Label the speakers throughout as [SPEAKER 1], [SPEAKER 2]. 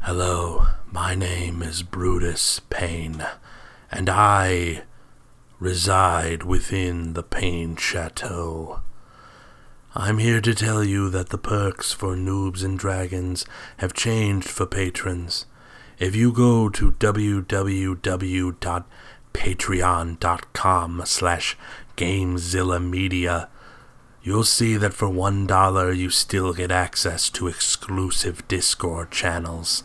[SPEAKER 1] Hello, my name is Brutus Payne, and I reside within the Payne Chateau. I'm here to tell you that the perks for noobs and dragons have changed for patrons. If you go to www.patreon.com slash Gamezilla Media, you'll see that for one dollar you still get access to exclusive Discord channels.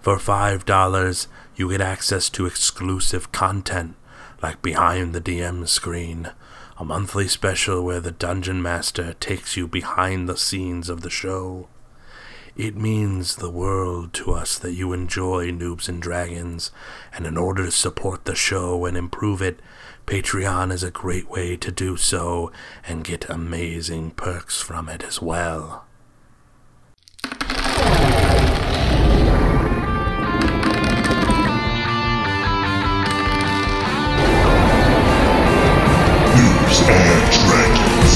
[SPEAKER 1] For five dollars you get access to exclusive content, like behind the DM screen, a monthly special where the Dungeon Master takes you behind the scenes of the show. It means the world to us that you enjoy Noobs and Dragons, and in order to support the show and improve it, Patreon is a great way to do so and get amazing perks from it as well.
[SPEAKER 2] Noobs and Dragons.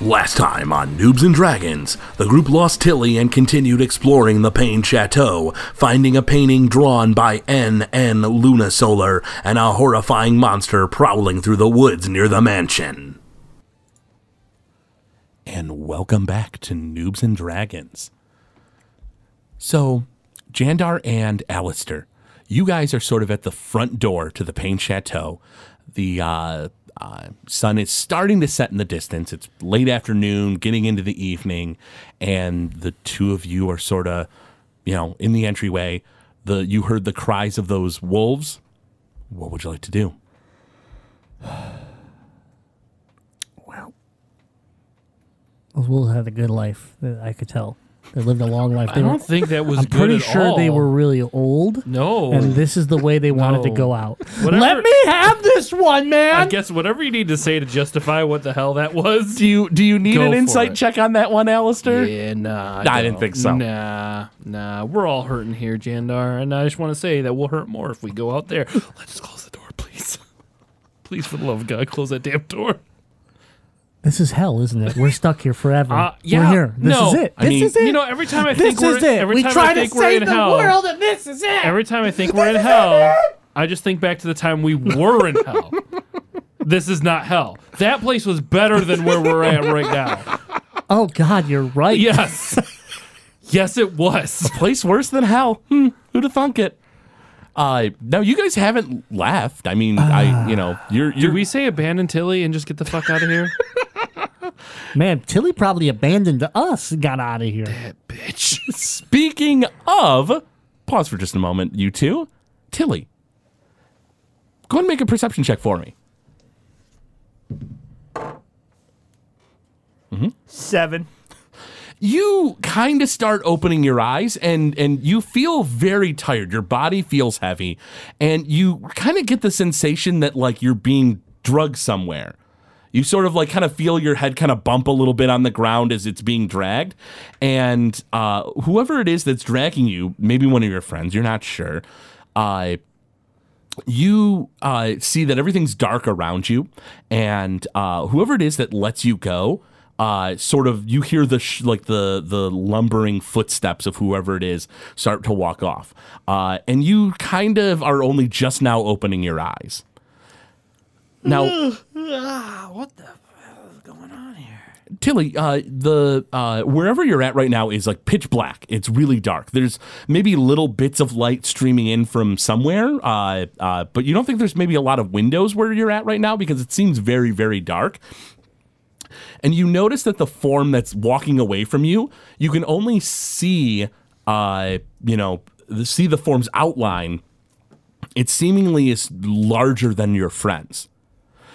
[SPEAKER 1] Last time on Noobs and Dragons, the group lost Tilly and continued exploring the Payne Chateau, finding a painting drawn by N. N. Lunasolar and a horrifying monster prowling through the woods near the mansion. And welcome back to Noobs and Dragons. So, Jandar and Alistair, you guys are sort of at the front door to the Payne Chateau. The uh, uh, sun is starting to set in the distance. It's late afternoon, getting into the evening, and the two of you are sort of, you know, in the entryway. The you heard the cries of those wolves. What would you like to do?
[SPEAKER 3] Those wolves had a good life. that I could tell. They lived a long life. They
[SPEAKER 4] I
[SPEAKER 3] were-
[SPEAKER 4] don't think that was
[SPEAKER 3] I'm
[SPEAKER 4] good
[SPEAKER 3] pretty
[SPEAKER 4] at
[SPEAKER 3] sure they
[SPEAKER 4] all.
[SPEAKER 3] were really old.
[SPEAKER 4] No.
[SPEAKER 3] And this is the way they wanted to go out.
[SPEAKER 4] Whatever-
[SPEAKER 3] Let me have this one,
[SPEAKER 4] I
[SPEAKER 3] man.
[SPEAKER 4] guess whatever you need to say to justify what the hell that was.
[SPEAKER 5] Do you do you need
[SPEAKER 4] Go
[SPEAKER 5] an
[SPEAKER 4] for
[SPEAKER 5] insight
[SPEAKER 4] it.
[SPEAKER 5] check on that one, Alistair?
[SPEAKER 4] Yeah, nah.
[SPEAKER 5] Nah, I didn't think so.
[SPEAKER 4] Nah, nah. We're all hurting here, Jandar, and I just want to say that we'll hurt more if we go out there. Let's close the door, please. please, for the love of God, close that damn door.
[SPEAKER 3] This is hell, isn't it? We're stuck here forever.
[SPEAKER 4] Uh, yeah,
[SPEAKER 3] We're here. This
[SPEAKER 4] no.
[SPEAKER 3] is it.
[SPEAKER 5] I mean,
[SPEAKER 3] this is it.
[SPEAKER 4] You know, every time I
[SPEAKER 3] this
[SPEAKER 4] think we're
[SPEAKER 3] is it.
[SPEAKER 4] every
[SPEAKER 3] we
[SPEAKER 4] time
[SPEAKER 3] try
[SPEAKER 4] I think
[SPEAKER 3] to
[SPEAKER 4] we're
[SPEAKER 3] save
[SPEAKER 4] in
[SPEAKER 3] the
[SPEAKER 4] hell,
[SPEAKER 3] world, and this is it.
[SPEAKER 4] every time I think we're in hell, I just think back to the time we were in hell. This is not hell. That place was better than where we're at right now.
[SPEAKER 3] oh God, you're right.
[SPEAKER 4] Yes. Yes, it was.
[SPEAKER 5] Place worse than hell. Hmm, who'd have thunk it? Uh, no, you guys haven't left. I mean, I you know you're
[SPEAKER 4] Did
[SPEAKER 5] you're
[SPEAKER 4] we say abandon Tilly and just get the fuck out of here?
[SPEAKER 3] Man, Tilly probably abandoned us and got out of here.
[SPEAKER 4] Bitch.
[SPEAKER 5] speaking of. Pause for just a moment, you two. Tilly, go and make a perception check for me.
[SPEAKER 6] Seven.
[SPEAKER 5] you kind of start opening your eyes and and you feel very tired your body feels heavy and you kind of get the sensation that like you're being drugged somewhere you sort of like kind of feel your head kind of bump a little bit on the ground as it's being dragged and uh whoever it is that's dragging you maybe one of your friends you're not sure uh you uh, see that everything's dark around you, and uh, whoever it is that lets you go, uh, sort of you hear the sh- like the the lumbering footsteps of whoever it is start to walk off, uh, and you kind of are only just now opening your eyes. Now, what the is going on here? Tilly, uh, the uh, wherever you're at right now is like pitch black. It's really dark. There's maybe little bits of light streaming in from somewhere, uh, uh, but you don't think there's maybe a lot of windows where you're at right now because it seems very, very dark and you notice that the form that's walking away from you, you can only see, uh, you know, the- see the form's outline. It seemingly is larger than your friends.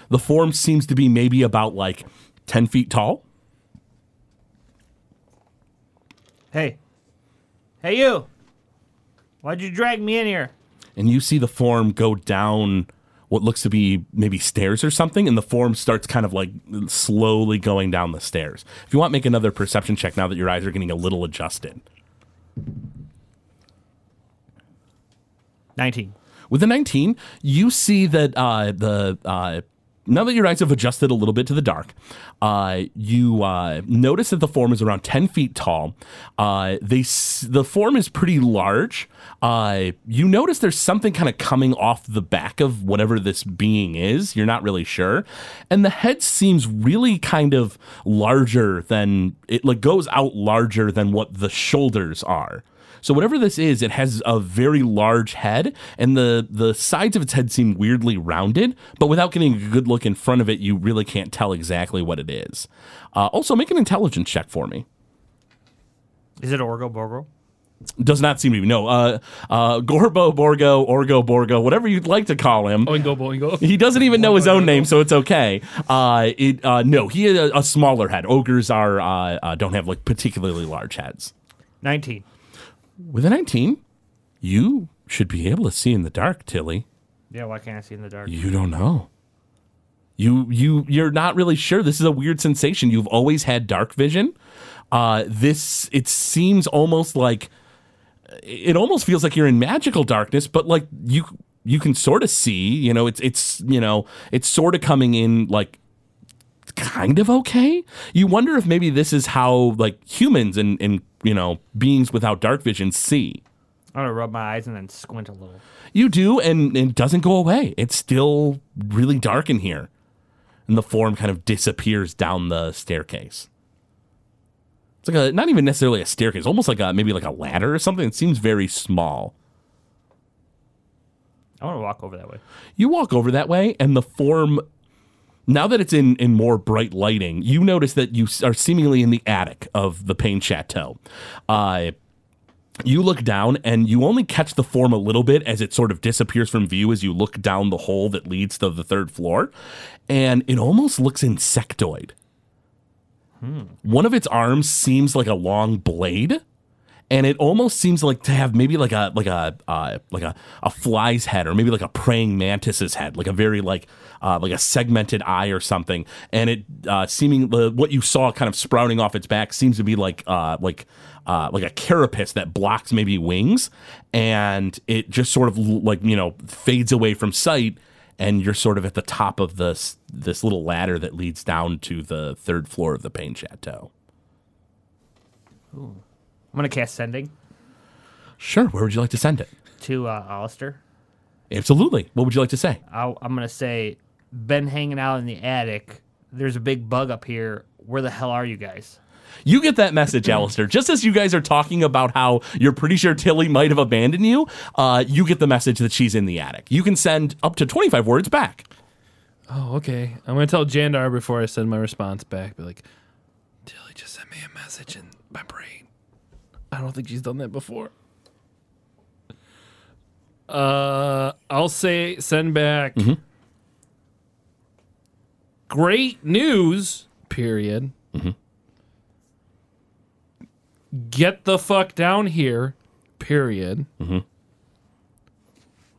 [SPEAKER 5] The form seems to be maybe about like ten feet tall.
[SPEAKER 6] Hey. Hey, you. Why'd you drag me in here?
[SPEAKER 5] and you see the form go down what looks to be maybe stairs or something, and the form starts kind of like slowly going down the stairs. If you want, make another perception check now that your eyes are getting a little adjusted.
[SPEAKER 6] 19.
[SPEAKER 5] With a 19, you see that uh, the uh, now that your eyes have adjusted a little bit to the dark, uh, you uh, notice that the form is around 10 feet tall. Uh, they s- the form is pretty large. Uh, you notice there's something kind of coming off the back of whatever this being is. You're not really sure, and the head seems really kind of larger than it like goes out larger than what the shoulders are. So whatever this is, it has a very large head, and the the sides of its head seem weirdly rounded. But without getting a good look in front of it, you really can't tell exactly what it is. Uh, also, make an intelligence check for me.
[SPEAKER 6] Is it Orgo Borgo?
[SPEAKER 5] Does not seem to be no. Uh, uh, Gorbo Borgo, Orgo Borgo, whatever you'd like to call him.
[SPEAKER 4] Boingo, boingo.
[SPEAKER 5] He doesn't even know his own name, so it's okay. Uh, it, uh, no, he had a, a smaller head. Ogres are uh, uh, don't have like particularly large heads.
[SPEAKER 6] 19.
[SPEAKER 5] With a 19, you should be able to see in the dark, Tilly.
[SPEAKER 6] Yeah, why can't I see in the dark?
[SPEAKER 5] You don't know. You you you're not really sure. This is a weird sensation. You've always had dark vision. Uh, this it seems almost like it almost feels like you're in magical darkness, but like you you can sort of see. You know, it's it's you know it's sort of coming in like kind of okay. You wonder if maybe this is how like humans and and you know beings without dark vision see.
[SPEAKER 6] I'm going to rub my eyes and then squint a little.
[SPEAKER 5] You do, and and it doesn't go away. It's still really dark in here. And the form kind of disappears down the staircase. It's like a not even necessarily a staircase, almost like a maybe like a ladder or something. It seems very small.
[SPEAKER 6] I want to walk over that way.
[SPEAKER 5] You walk over that way, and the form, now that it's in, in more bright lighting, you notice that you s- are seemingly in the attic of the Payne Chateau. Uh, you look down, and you only catch the form a little bit as it sort of disappears from view as you look down the hole that leads to the third floor, and it almost looks insectoid. One of its arms seems like a long blade and it almost seems like to have maybe like a like a uh, like a, a fly's head or maybe like a praying mantis's head like a very like uh, like a segmented eye or something and it uh, seeming the what you saw kind of sprouting off its back seems to be like uh, like uh, like a carapace that blocks maybe wings and it just sort of l- like you know fades away from sight and you're sort of at the top of this this little ladder that leads down to the third floor of the pain chateau
[SPEAKER 6] I'm going to cast Sending
[SPEAKER 5] sure where would you like to send it
[SPEAKER 6] to uh, Alistair.
[SPEAKER 5] absolutely what would you like to say
[SPEAKER 6] i I'm going to say, been hanging out in the attic. There's a big bug up here. Where the hell are you guys?
[SPEAKER 5] You get that message, Alistair. Just as you guys are talking about how you're pretty sure Tilly might have abandoned you, uh, you get the message that she's in the attic. You can send up to 25 words back.
[SPEAKER 4] Oh, okay. I'm going to tell Jandar before I send my response back. Be like, Tilly just sent me a message in my brain. I don't think she's done that before. Uh, I'll say send back. Great news, period. Get the fuck down here, period.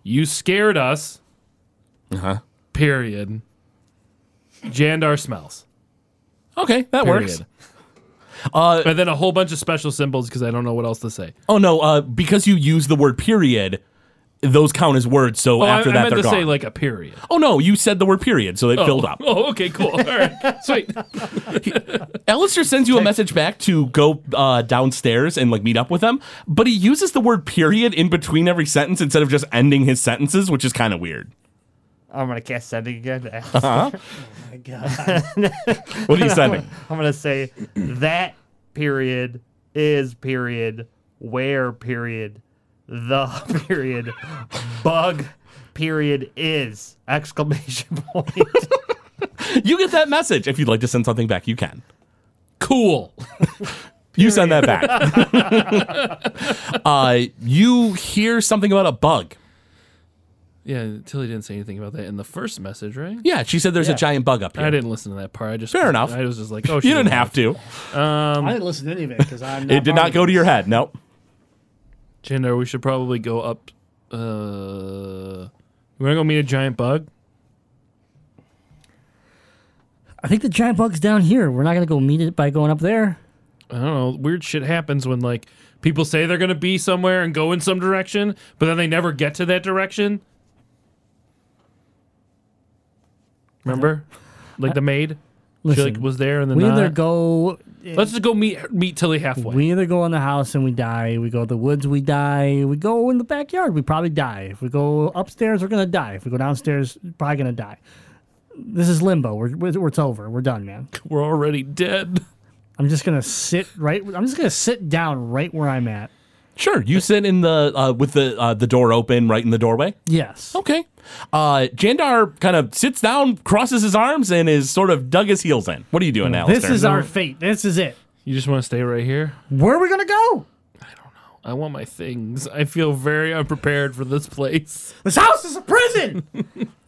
[SPEAKER 4] You scared us,
[SPEAKER 5] Uh huh.
[SPEAKER 4] period. Jandar smells.
[SPEAKER 5] Okay, that works.
[SPEAKER 4] Period.
[SPEAKER 5] Uh,
[SPEAKER 4] And then a whole bunch of special symbols because I don't know what else to say.
[SPEAKER 5] oh, no, uh, because you use the word period, those count as words, so
[SPEAKER 4] Oh, I-
[SPEAKER 5] after
[SPEAKER 4] I,
[SPEAKER 5] that,
[SPEAKER 4] meant
[SPEAKER 5] they're
[SPEAKER 4] to
[SPEAKER 5] gone.
[SPEAKER 4] say like a period.
[SPEAKER 5] oh, no, you said the word period, so it filled up.
[SPEAKER 4] Oh, okay, cool. All right, sweet.
[SPEAKER 5] Alistair sends you a message back to go uh, downstairs and like meet up with them, but he uses the word period in between every sentence instead of just ending his sentences, which is kind of weird.
[SPEAKER 6] I'm going to cast Sending again to Alistair.
[SPEAKER 5] What are you sending?
[SPEAKER 6] I'm gonna say that period is period where period the period bug period is exclamation point.
[SPEAKER 5] You get that message. If you'd like to send something back, you can.
[SPEAKER 4] Cool.
[SPEAKER 5] You send that back. uh, you hear something about a bug.
[SPEAKER 4] Yeah, Tilly didn't say anything about that in the first message, right?
[SPEAKER 5] Yeah, she said there's a giant bug up here.
[SPEAKER 4] I didn't listen to that part. I just
[SPEAKER 5] Fair enough.
[SPEAKER 4] I was just like, oh, she
[SPEAKER 5] You didn't have to.
[SPEAKER 3] I didn't listen to any of it because I'm. Not
[SPEAKER 5] It did
[SPEAKER 3] part
[SPEAKER 5] not
[SPEAKER 3] of
[SPEAKER 5] go to your head. Nope.
[SPEAKER 4] Jandar, we should probably go up. Uh, you want to go meet a giant bug?
[SPEAKER 3] I think the giant bug's down here. We're not gonna go meet it by going up there.
[SPEAKER 4] I don't know, weird shit happens when like people say they're gonna be somewhere and go in some direction, but then they never get to that direction. Remember, like the maid,
[SPEAKER 3] Listen,
[SPEAKER 4] she like was there and then
[SPEAKER 3] we either
[SPEAKER 4] not.
[SPEAKER 3] go.
[SPEAKER 4] Let's just go meet meet Tilly halfway.
[SPEAKER 3] We either go in the house and we die. We go to the woods, we die. We go in the backyard, we probably die. If we go upstairs, we're gonna die. If we go downstairs, probably gonna die. This is limbo. We're, we're it's over. We're done, man.
[SPEAKER 4] We're already dead.
[SPEAKER 3] I'm just gonna sit right. I'm just gonna sit down right where I'm at.
[SPEAKER 5] Sure, you sit in the uh, with the uh, the door open, right in the doorway.
[SPEAKER 3] Yes.
[SPEAKER 5] Okay. Uh, Jandar kind of sits down, crosses his arms, and is sort of dug his heels in. What are you doing, Alistair?
[SPEAKER 3] this is our fate. This is it.
[SPEAKER 4] You just want to stay right here.
[SPEAKER 3] Where are we gonna go?
[SPEAKER 4] I want my things. I feel very unprepared for this place.
[SPEAKER 3] This house is a prison.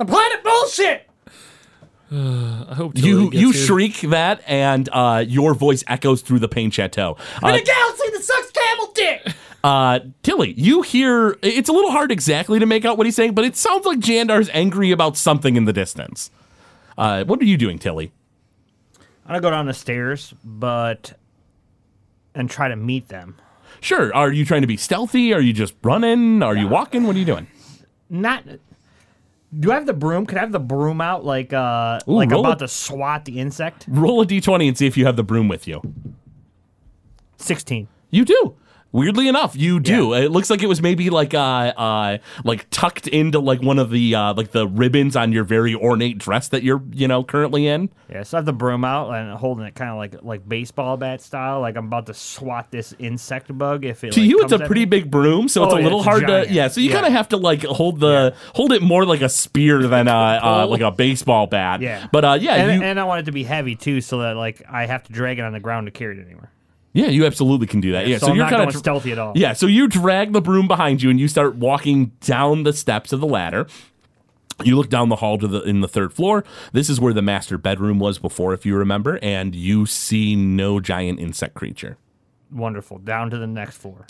[SPEAKER 3] a planet bullshit.
[SPEAKER 4] I hope Tilly
[SPEAKER 5] you
[SPEAKER 4] gets
[SPEAKER 5] you
[SPEAKER 4] here.
[SPEAKER 5] shriek that, and uh, your voice echoes through the pain chateau. Uh,
[SPEAKER 3] galaxy that sucks camel dick.
[SPEAKER 5] uh, Tilly, you hear it's a little hard exactly to make out what he's saying, but it sounds like Jandar's angry about something in the distance. Uh, what are you doing, Tilly?
[SPEAKER 6] I'm gonna go down the stairs, but and try to meet them.
[SPEAKER 5] Sure. Are you trying to be stealthy? Are you just running? Are you walking? What are you doing?
[SPEAKER 6] Not. Do I have the broom? Could I have the broom out like uh
[SPEAKER 5] Ooh,
[SPEAKER 6] like
[SPEAKER 5] roll it.
[SPEAKER 6] about to swat the insect?
[SPEAKER 5] Roll a d20 and see if you have the broom with you.
[SPEAKER 6] Sixteen.
[SPEAKER 5] You do. Weirdly enough, you do. It looks like it was maybe like uh, uh like tucked into like one of the uh like the ribbons on your very ornate dress that you're you know currently in.
[SPEAKER 6] Yeah, so I have the broom out and holding it kind of like like baseball bat style, like I'm about to swat this insect bug. If it
[SPEAKER 5] To
[SPEAKER 6] like,
[SPEAKER 5] you, it's
[SPEAKER 6] comes
[SPEAKER 5] a
[SPEAKER 6] at
[SPEAKER 5] pretty
[SPEAKER 6] me.
[SPEAKER 5] big broom, so it's
[SPEAKER 6] Oh,
[SPEAKER 5] a
[SPEAKER 6] yeah,
[SPEAKER 5] little
[SPEAKER 6] it's a
[SPEAKER 5] hard
[SPEAKER 6] giant.
[SPEAKER 5] to yeah. So you
[SPEAKER 6] Yeah.
[SPEAKER 5] kind of have to like hold the hold it more like a spear than a uh, like a baseball bat.
[SPEAKER 6] Yeah.
[SPEAKER 5] but uh yeah,
[SPEAKER 6] And,
[SPEAKER 5] you,
[SPEAKER 6] and I want it to be heavy too, so that like I have to drag it on the ground to carry it anywhere.
[SPEAKER 5] yeah, you absolutely can do that. Yeah,
[SPEAKER 6] so,
[SPEAKER 5] so,
[SPEAKER 6] I'm
[SPEAKER 5] you're
[SPEAKER 6] not
[SPEAKER 5] kind
[SPEAKER 6] going
[SPEAKER 5] of
[SPEAKER 6] stealthy at all.
[SPEAKER 5] Yeah, so you drag the broom behind you and you start walking down the steps of the ladder. You look down the hall to the in the third floor. This is where the master bedroom was before, if you remember, and you see no giant insect creature.
[SPEAKER 6] Wonderful. Down to the next floor.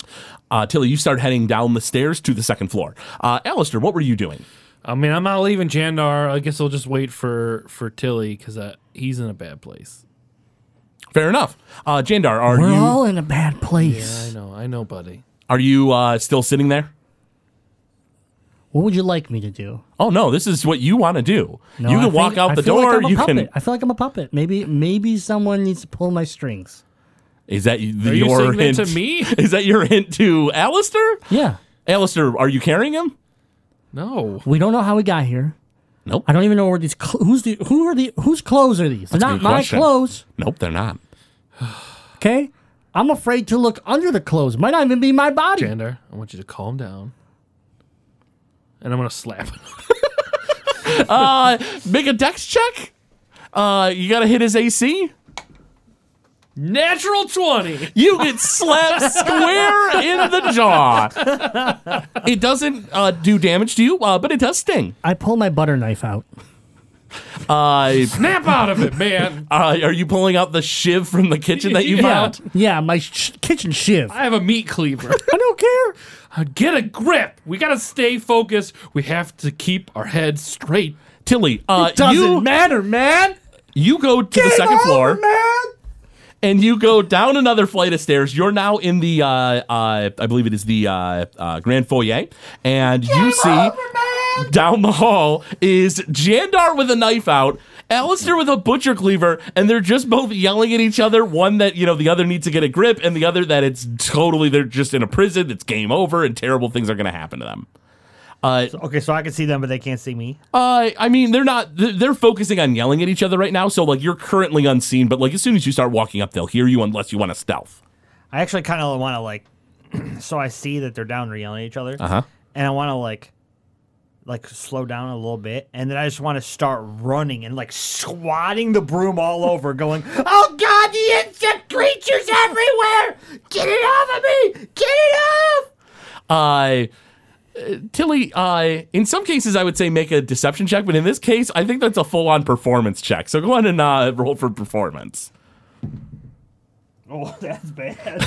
[SPEAKER 5] Uh, Tilly, you start heading down the stairs to the second floor. Uh, Alistair, what were you doing?
[SPEAKER 4] I mean, I'm not leaving Jandar. I guess I'll just wait for for Tilly because he's in a bad place.
[SPEAKER 5] Fair enough. Uh, Jandar, are
[SPEAKER 3] We're
[SPEAKER 5] you
[SPEAKER 3] all in a bad place.
[SPEAKER 4] I know, I know, buddy.
[SPEAKER 5] are you uh, still sitting there?
[SPEAKER 3] What would you like me to do?
[SPEAKER 5] Oh no, this is what you want to do.
[SPEAKER 3] No,
[SPEAKER 5] you
[SPEAKER 3] I
[SPEAKER 5] can walk
[SPEAKER 3] think-
[SPEAKER 5] out
[SPEAKER 3] I
[SPEAKER 5] the
[SPEAKER 3] feel like
[SPEAKER 5] door.
[SPEAKER 3] I'm a
[SPEAKER 5] you
[SPEAKER 3] puppet.
[SPEAKER 5] can.
[SPEAKER 3] I feel like I'm a puppet. Maybe maybe someone needs to pull my strings.
[SPEAKER 5] Is that the,
[SPEAKER 4] Are you
[SPEAKER 5] your
[SPEAKER 4] saying that
[SPEAKER 5] hint
[SPEAKER 4] to me?
[SPEAKER 5] Is that your hint to Alistair?
[SPEAKER 3] Yeah.
[SPEAKER 5] Alistair, are you carrying him?
[SPEAKER 4] No,
[SPEAKER 3] We don't know how we got here.
[SPEAKER 5] Nope.
[SPEAKER 3] I don't even know where these cl- who's the who are the whose clothes are these? They're
[SPEAKER 5] a
[SPEAKER 3] not
[SPEAKER 5] good
[SPEAKER 3] my
[SPEAKER 5] question.
[SPEAKER 3] clothes.
[SPEAKER 5] Nope, they're not.
[SPEAKER 3] Okay. I'm afraid to look under the clothes. Might not even be my body.
[SPEAKER 4] Jandar, I want you to calm down. And I'm gonna slap. him.
[SPEAKER 5] Uh, make a dex check. Uh, you gotta hit his AC.
[SPEAKER 4] Natural twenty.
[SPEAKER 5] You get slapped square in the jaw. It doesn't uh, do damage to you, uh, but it does sting.
[SPEAKER 3] I pull my butter knife out.
[SPEAKER 5] Uh,
[SPEAKER 4] Snap out of it, man.
[SPEAKER 5] uh, are you pulling out the shiv from the kitchen that you
[SPEAKER 4] Yeah.
[SPEAKER 5] found?
[SPEAKER 3] Yeah, my sh- kitchen shiv.
[SPEAKER 4] I have a meat cleaver.
[SPEAKER 3] I don't care.
[SPEAKER 4] Uh, Get a grip. We gotta stay focused. We have to keep our heads straight.
[SPEAKER 5] Tilly, uh,
[SPEAKER 3] Doesn't
[SPEAKER 5] you
[SPEAKER 3] matter, man.
[SPEAKER 5] you go to the second floor. and you go down another flight of stairs. You're now in the, uh, uh, I believe it is the uh, uh, grand foyer, and you see down the hall is Jandar with a knife out, Alistair with a butcher cleaver, and they're just both yelling at each other. One that you know the other needs to get a grip, and the other that it's totally they're just in a prison. It's game over, and terrible things are going to happen to them. Uh,
[SPEAKER 6] Okay, so I can see them, but they can't see me.
[SPEAKER 5] uh, I mean, they're not. They're, they're focusing on yelling at each other right now. So like, you're currently unseen, but like as soon as you start walking up, they'll hear you unless you want to stealth.
[SPEAKER 6] I actually kind of want to like, so I see that they're down there yelling at each other,
[SPEAKER 5] Uh-huh.
[SPEAKER 6] and I want to like, like slow down a little bit, and then I just want to start running and like swatting the broom all over, going, "Oh God, the insect creatures everywhere! Get it off of me! Get it off!"
[SPEAKER 5] Uh, uh, Tilly, uh, in some cases, I would say make a deception check, but in this case, I think that's a full on performance check. So go on and uh, roll for performance.
[SPEAKER 6] Oh, that's bad.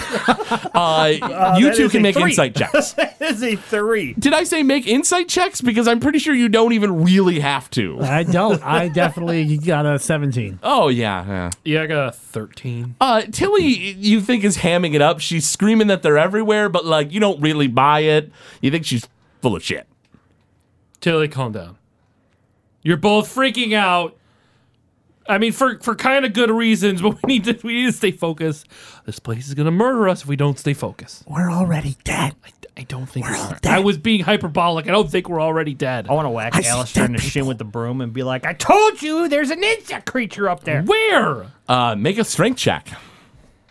[SPEAKER 5] Uh, you
[SPEAKER 6] Oh, that
[SPEAKER 5] two
[SPEAKER 6] is
[SPEAKER 5] can
[SPEAKER 6] a
[SPEAKER 5] make
[SPEAKER 6] three.
[SPEAKER 5] insight checks.
[SPEAKER 6] that is a three.
[SPEAKER 5] Did I say make insight checks? Because I'm pretty sure you don't even really have to.
[SPEAKER 3] I don't. I definitely got a 17.
[SPEAKER 5] Oh yeah. yeah.
[SPEAKER 4] Yeah, I got a 13.
[SPEAKER 5] Uh, Tilly, you think is hamming it up. She's screaming that they're everywhere, but like you don't really buy it. You think she's full of shit.
[SPEAKER 4] Tilly, calm down. You're both freaking out. I mean, for for kind of good reasons, but we need to we need to stay focused. This place is gonna murder us if we don't stay focused.
[SPEAKER 3] We're already dead.
[SPEAKER 4] I don't think we're Oh. I was being hyperbolic. I don't think we're already dead.
[SPEAKER 6] I want to whack Alistair in the shin with the broom and be like, I told you there's an insect creature up
[SPEAKER 5] Mm-hmm.
[SPEAKER 6] there.
[SPEAKER 4] Where?
[SPEAKER 5] Uh, make a strength check.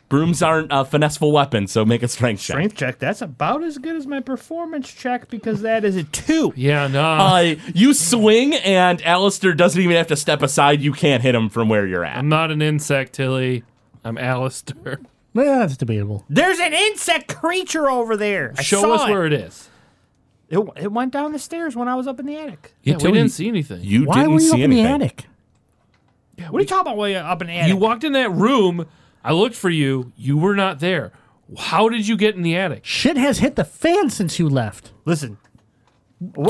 [SPEAKER 5] Brooms aren't a finesseful weapon, so make a strength check.
[SPEAKER 6] Strength check. That's about as good as my performance check because that is a two.
[SPEAKER 4] Yeah, no.
[SPEAKER 5] Uh, you swing, and Alistair doesn't even have to step aside. You can't hit him from where you're at.
[SPEAKER 4] I'm not an insect, Tilly. I'm Alistair.
[SPEAKER 3] Yeah, that's debatable.
[SPEAKER 6] There's an insect creature over there. I
[SPEAKER 4] Show
[SPEAKER 6] saw
[SPEAKER 4] us
[SPEAKER 6] it.
[SPEAKER 4] where it is.
[SPEAKER 6] it it went down the stairs when I was up in the attic.
[SPEAKER 4] Yeah,
[SPEAKER 5] Tilly,
[SPEAKER 4] we didn't see anything.
[SPEAKER 5] You
[SPEAKER 3] Why
[SPEAKER 5] didn't
[SPEAKER 3] were you
[SPEAKER 5] see
[SPEAKER 3] up
[SPEAKER 5] anything.
[SPEAKER 3] in the attic?
[SPEAKER 6] What are you talking about? Way up in the attic?
[SPEAKER 4] You walked in that room. I looked for you. You were not there. How did you get in the attic?
[SPEAKER 3] Shit has hit the fan since you left.
[SPEAKER 6] Listen,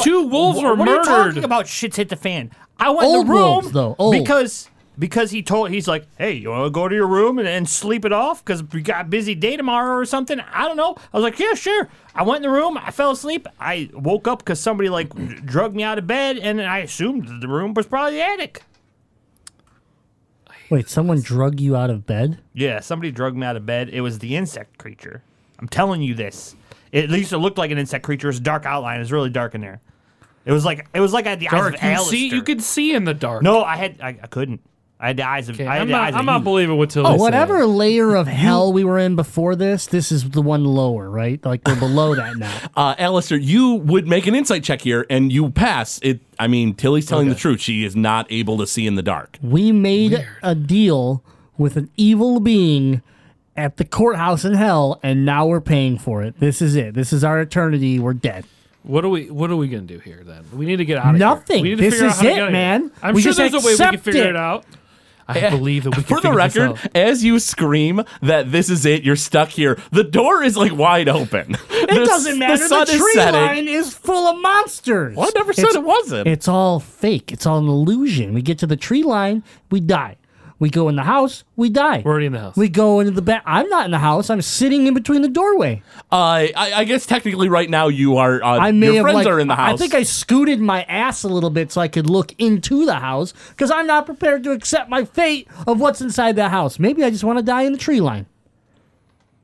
[SPEAKER 4] Two wolves were
[SPEAKER 6] what
[SPEAKER 4] murdered.
[SPEAKER 6] are you talking about? Shit's hit the fan. I went in
[SPEAKER 3] Old
[SPEAKER 6] the room
[SPEAKER 3] wolves, though, old.
[SPEAKER 6] because because he told he's like, hey, you want to go to your room and, and sleep it off because we got a busy day tomorrow or something. I don't know. I was like, yeah, sure. I went in the room. I fell asleep. I woke up because somebody like drugged me out of bed, and I assumed that the room was probably the attic.
[SPEAKER 3] Wait, someone drug you out of bed?
[SPEAKER 6] Yeah, somebody drugged me out of bed. It was the insect creature. I'm telling you this. At least it looked like an insect creature. It's dark outline. It's really dark in there. It was like it was like I had the
[SPEAKER 4] Dark.
[SPEAKER 6] eyes of
[SPEAKER 4] You
[SPEAKER 6] Alistair.
[SPEAKER 4] see, you could see in the dark.
[SPEAKER 6] No, I had I, I couldn't. I had the eyes of.
[SPEAKER 4] Okay,
[SPEAKER 6] I Oh, had
[SPEAKER 4] I'm,
[SPEAKER 6] the
[SPEAKER 4] not,
[SPEAKER 6] eyes
[SPEAKER 4] I'm
[SPEAKER 6] of
[SPEAKER 4] not
[SPEAKER 6] you.
[SPEAKER 4] believing what Tilly said.
[SPEAKER 3] Oh, Whatever layer of hell we were in before this, this is the one lower, right? Like we're below that now.
[SPEAKER 5] Uh, Alistair, you would make an insight check here, and you pass. It. I mean, Tilly's telling the truth. She is not able to see in the dark.
[SPEAKER 3] We made a deal with an evil being at the courthouse in hell, and now we're paying for it. This is it. This is our eternity. We're dead.
[SPEAKER 4] What are we? What are we gonna do here then? We need to get out of here.
[SPEAKER 3] Nothing.
[SPEAKER 4] We need to
[SPEAKER 3] This
[SPEAKER 4] figure out
[SPEAKER 3] is
[SPEAKER 4] how to
[SPEAKER 3] it,
[SPEAKER 4] get out of here.
[SPEAKER 3] man.
[SPEAKER 4] I'm
[SPEAKER 3] We
[SPEAKER 4] sure
[SPEAKER 3] just
[SPEAKER 4] there's a way we can
[SPEAKER 3] accept
[SPEAKER 4] figure
[SPEAKER 3] it.
[SPEAKER 4] it out. I believe that we can
[SPEAKER 5] For the
[SPEAKER 4] figure this
[SPEAKER 5] record,
[SPEAKER 4] out.
[SPEAKER 5] as you scream that this is it, you're stuck here. The door is like wide open. It
[SPEAKER 3] It doesn't matter. The, tree line is full of monsters.
[SPEAKER 5] Well, I never said
[SPEAKER 3] It's-
[SPEAKER 5] it wasn't.
[SPEAKER 3] It's all fake. It's all an illusion. We get to the tree line, we die. We go in the house, we die.
[SPEAKER 4] we're already in the house.
[SPEAKER 3] we go into the bed. I'm not in the house. I'm sitting in between the doorway.
[SPEAKER 5] Uh, I, I guess technically, right now you are. Uh,
[SPEAKER 3] I may
[SPEAKER 5] your
[SPEAKER 3] have
[SPEAKER 5] friends
[SPEAKER 3] like,
[SPEAKER 5] are in the house.
[SPEAKER 3] I think I scooted my ass a little bit so I could look into the house because I'm not prepared to accept my fate of what's inside that house. Maybe I just want to die in the tree line.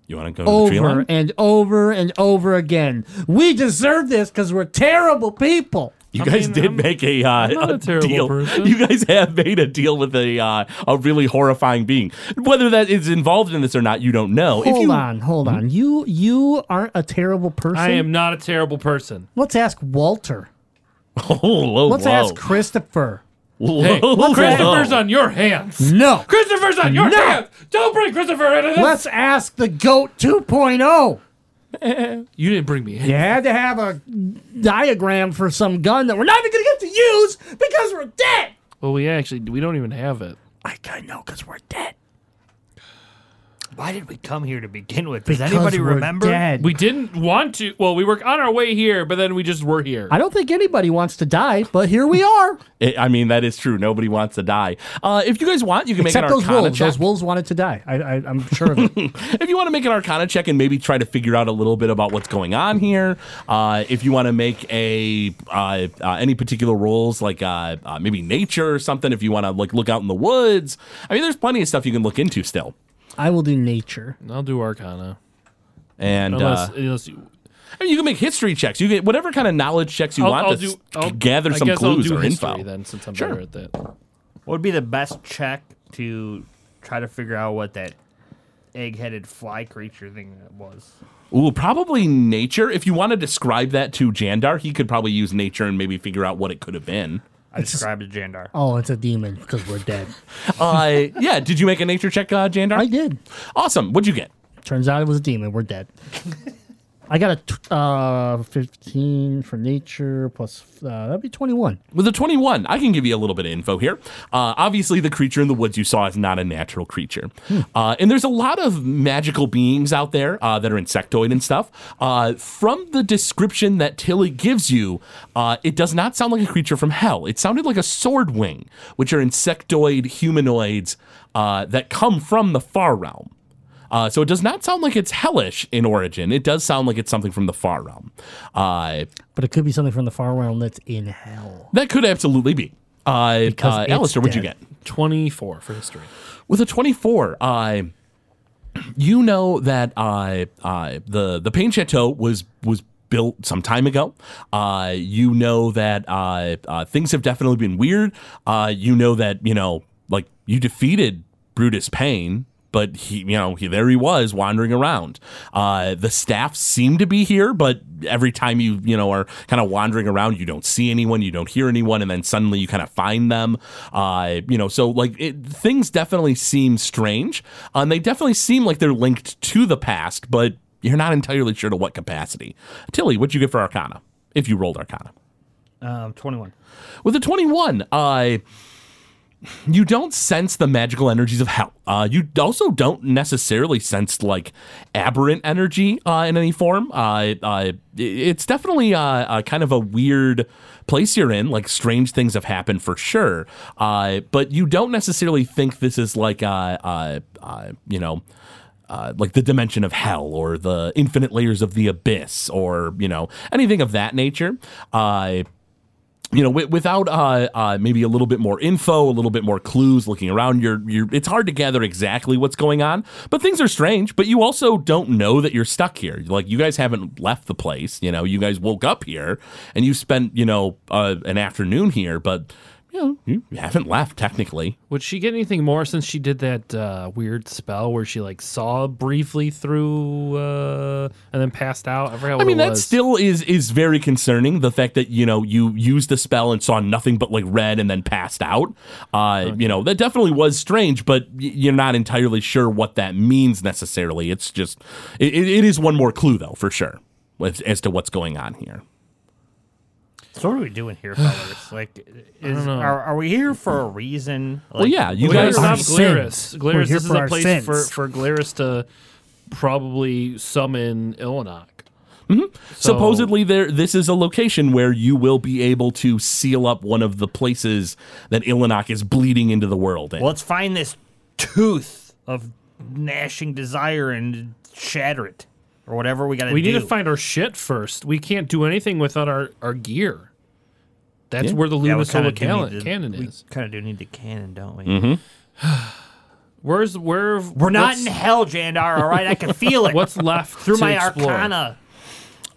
[SPEAKER 5] you want to go to the tree
[SPEAKER 3] Over
[SPEAKER 5] line?
[SPEAKER 3] and over and over again. We deserve this because we're terrible people.
[SPEAKER 5] You guys
[SPEAKER 4] mean,
[SPEAKER 5] did
[SPEAKER 4] I'm-
[SPEAKER 5] make a, uh,
[SPEAKER 4] not a terrible
[SPEAKER 5] deal.
[SPEAKER 4] person.
[SPEAKER 5] You guys have made a deal with a uh, a really horrifying being. Whether that is involved in this or not, you don't know. if
[SPEAKER 3] Hold
[SPEAKER 5] you,
[SPEAKER 3] on, hold on. You you aren't a terrible person.
[SPEAKER 4] I am not a terrible person.
[SPEAKER 3] Let's ask Walter.
[SPEAKER 5] Oh, whoa,
[SPEAKER 3] Let's
[SPEAKER 5] whoa.
[SPEAKER 3] ask Christopher.
[SPEAKER 5] Whoa,
[SPEAKER 4] Hey,
[SPEAKER 5] whoa.
[SPEAKER 4] Christopher's on your hands.
[SPEAKER 3] No.
[SPEAKER 4] Christopher's on your
[SPEAKER 3] No.
[SPEAKER 4] hands. Don't bring Christopher into this.
[SPEAKER 3] Let's ask the goat oh. 2.0.
[SPEAKER 4] You didn't bring me in.
[SPEAKER 3] You had to have a diagram for some gun that we're not even going to get to use because we're dead.
[SPEAKER 4] Well, we actually we don't even have it.
[SPEAKER 3] I kind of know because we're dead.
[SPEAKER 6] Why did we come here to begin with? Does
[SPEAKER 3] Because
[SPEAKER 6] anybody
[SPEAKER 3] we're
[SPEAKER 6] remember?
[SPEAKER 3] Dead.
[SPEAKER 4] We didn't want to. Well, we were on our way here, but then we just were here.
[SPEAKER 3] I don't think anybody wants to die, but here we are.
[SPEAKER 5] It- I mean, that is true. Nobody wants to die. Uh, if you guys want, you can make
[SPEAKER 3] Except
[SPEAKER 5] an
[SPEAKER 3] those
[SPEAKER 5] arcana
[SPEAKER 3] wolves.
[SPEAKER 5] check.
[SPEAKER 3] Those wolves wanted to die. I, I, I'm sure of it.
[SPEAKER 5] If you want to make an arcana check and maybe try to figure out a little bit about what's going on here, uh, if you want to make a uh, uh, any particular roles like uh, uh, maybe nature or something, if you want to like look out in the woods, I mean, there's plenty of stuff you can look into still.
[SPEAKER 3] I will do nature.
[SPEAKER 4] I'll do Arcana.
[SPEAKER 5] And
[SPEAKER 4] Unless,
[SPEAKER 5] uh,
[SPEAKER 4] unless you,
[SPEAKER 5] I mean, you can make history checks. You get whatever kind of knowledge checks you
[SPEAKER 4] I'll,
[SPEAKER 5] want
[SPEAKER 4] I'll
[SPEAKER 5] to s-
[SPEAKER 4] do. I'll,
[SPEAKER 5] gather
[SPEAKER 4] I
[SPEAKER 5] some
[SPEAKER 4] guess
[SPEAKER 5] clues
[SPEAKER 4] I'll do
[SPEAKER 5] or
[SPEAKER 4] history
[SPEAKER 5] info.
[SPEAKER 4] Then, since I'm
[SPEAKER 5] Sure.
[SPEAKER 4] better at that.
[SPEAKER 6] What would be the best check to try to figure out what that egg-headed fly creature thing was?
[SPEAKER 5] Ooh, probably nature. If you want to describe that to Jandar, he could probably use nature and maybe figure out what it could have been.
[SPEAKER 6] I described it Jandar.
[SPEAKER 3] Oh, it's a demon because we're dead.
[SPEAKER 5] Uh, yeah. Did you make a nature check, uh, Jandar?
[SPEAKER 3] I did.
[SPEAKER 5] Awesome. What'd you get?
[SPEAKER 3] Turns out it was a demon. We're dead. I got a t- uh, 15 for nature plus, uh, that'd be 21.
[SPEAKER 5] With a 21, I can give you a little bit of info here. Uh, obviously, the creature in the woods you saw is not a natural creature. Uh, and there's a lot of magical beings out there uh, that are insectoid and stuff. Uh, from the description that Tilly gives you, uh, it does not sound like a creature from hell. It sounded like a swordwing, which are insectoid humanoids uh, that come from the far realm. Uh, so it does not sound like it's hellish in origin. It does sound like it's something from the far realm. Uh,
[SPEAKER 3] But it could be something from the far realm that's in hell.
[SPEAKER 5] that could absolutely be. Uh, uh,
[SPEAKER 3] it's
[SPEAKER 5] Alistair, what'd you
[SPEAKER 3] dead.
[SPEAKER 5] get?
[SPEAKER 4] 24 for history.
[SPEAKER 5] With a 24, uh, you know that uh, uh, the the Pain Chateau was was built some time ago. Uh, you know that uh, uh, things have definitely been weird. Uh, you know that you know like you defeated Brutus Payne. But he, you know, he, there he was wandering around. Uh, the staff seem to be here, but every time you, you know, are kind of wandering around, you don't see anyone, you don't hear anyone, and then suddenly you kind of find them. Uh, you know, so like it, things definitely seem strange. Uh, And they definitely seem like they're linked to the past, but you're not entirely sure to what capacity. Tilly, what'd you get for Arcana? If you rolled Arcana.
[SPEAKER 6] Um, 21.
[SPEAKER 5] With a 21, uh, you don't sense the magical energies of hell. Uh, you also don't necessarily sense like aberrant energy uh, in any form. Uh, uh, it's definitely uh, uh, kind of a weird place you're in. Like strange things have happened for sure, uh, but you don't necessarily think this is like uh, uh, uh, you know uh, like the dimension of hell or the infinite layers of the abyss or you know anything of that nature. Uh, you know, wi- without uh, uh, maybe a little bit more info, a little bit more clues, looking around, you're, you're it's hard to gather exactly what's going on. But things are strange. But you also don't know that you're stuck here. Like you guys haven't left the place. You know, you guys woke up here and you spent you know uh, an afternoon here, but you know you haven't left technically.
[SPEAKER 4] Would she get anything more since she did that uh, weird spell where she like saw briefly through uh, and then passed out? I forgot what
[SPEAKER 5] I mean,
[SPEAKER 4] it
[SPEAKER 5] that
[SPEAKER 4] was.
[SPEAKER 5] still is is very concerning. The fact that you know you used the spell and saw nothing but like red and then passed out. Uh, You know that definitely was strange, but y- you're not entirely sure what that means necessarily. It's just it, it it is one more clue though for sure as, as to what's going on here.
[SPEAKER 6] So what are we doing here, fellas? Like, is, are, are we here for a reason? Like,
[SPEAKER 5] Well, yeah, you
[SPEAKER 4] We gotta
[SPEAKER 5] guys.
[SPEAKER 3] Our
[SPEAKER 4] stop
[SPEAKER 3] sins.
[SPEAKER 4] Glarus.
[SPEAKER 3] We're
[SPEAKER 4] Glarus,
[SPEAKER 3] here
[SPEAKER 4] this is
[SPEAKER 3] for
[SPEAKER 4] a
[SPEAKER 3] our
[SPEAKER 4] place
[SPEAKER 3] sins.
[SPEAKER 4] for for Glarus to probably summon Illinoc. So-
[SPEAKER 5] supposedly there this is a location where you will be able to seal up one of the places that Ilanok is bleeding into the world. In.
[SPEAKER 6] Well, let's find this tooth of gnashing desire and shatter it, or whatever we gotta
[SPEAKER 4] We
[SPEAKER 6] do.
[SPEAKER 4] need to find our shit first. We can't do anything without our, our gear. That's where the
[SPEAKER 6] Yeah, we
[SPEAKER 4] Lunasola
[SPEAKER 6] kinda do
[SPEAKER 4] cannon,
[SPEAKER 6] need to-
[SPEAKER 4] cannon
[SPEAKER 6] we
[SPEAKER 4] is.
[SPEAKER 6] kind of do need the cannon, don't we?
[SPEAKER 4] Where's where?
[SPEAKER 6] We're not
[SPEAKER 4] what's-
[SPEAKER 6] in hell, Jandar. All right, I can feel it.
[SPEAKER 4] What's left
[SPEAKER 6] through
[SPEAKER 4] to
[SPEAKER 6] my
[SPEAKER 4] explore?
[SPEAKER 6] arcana?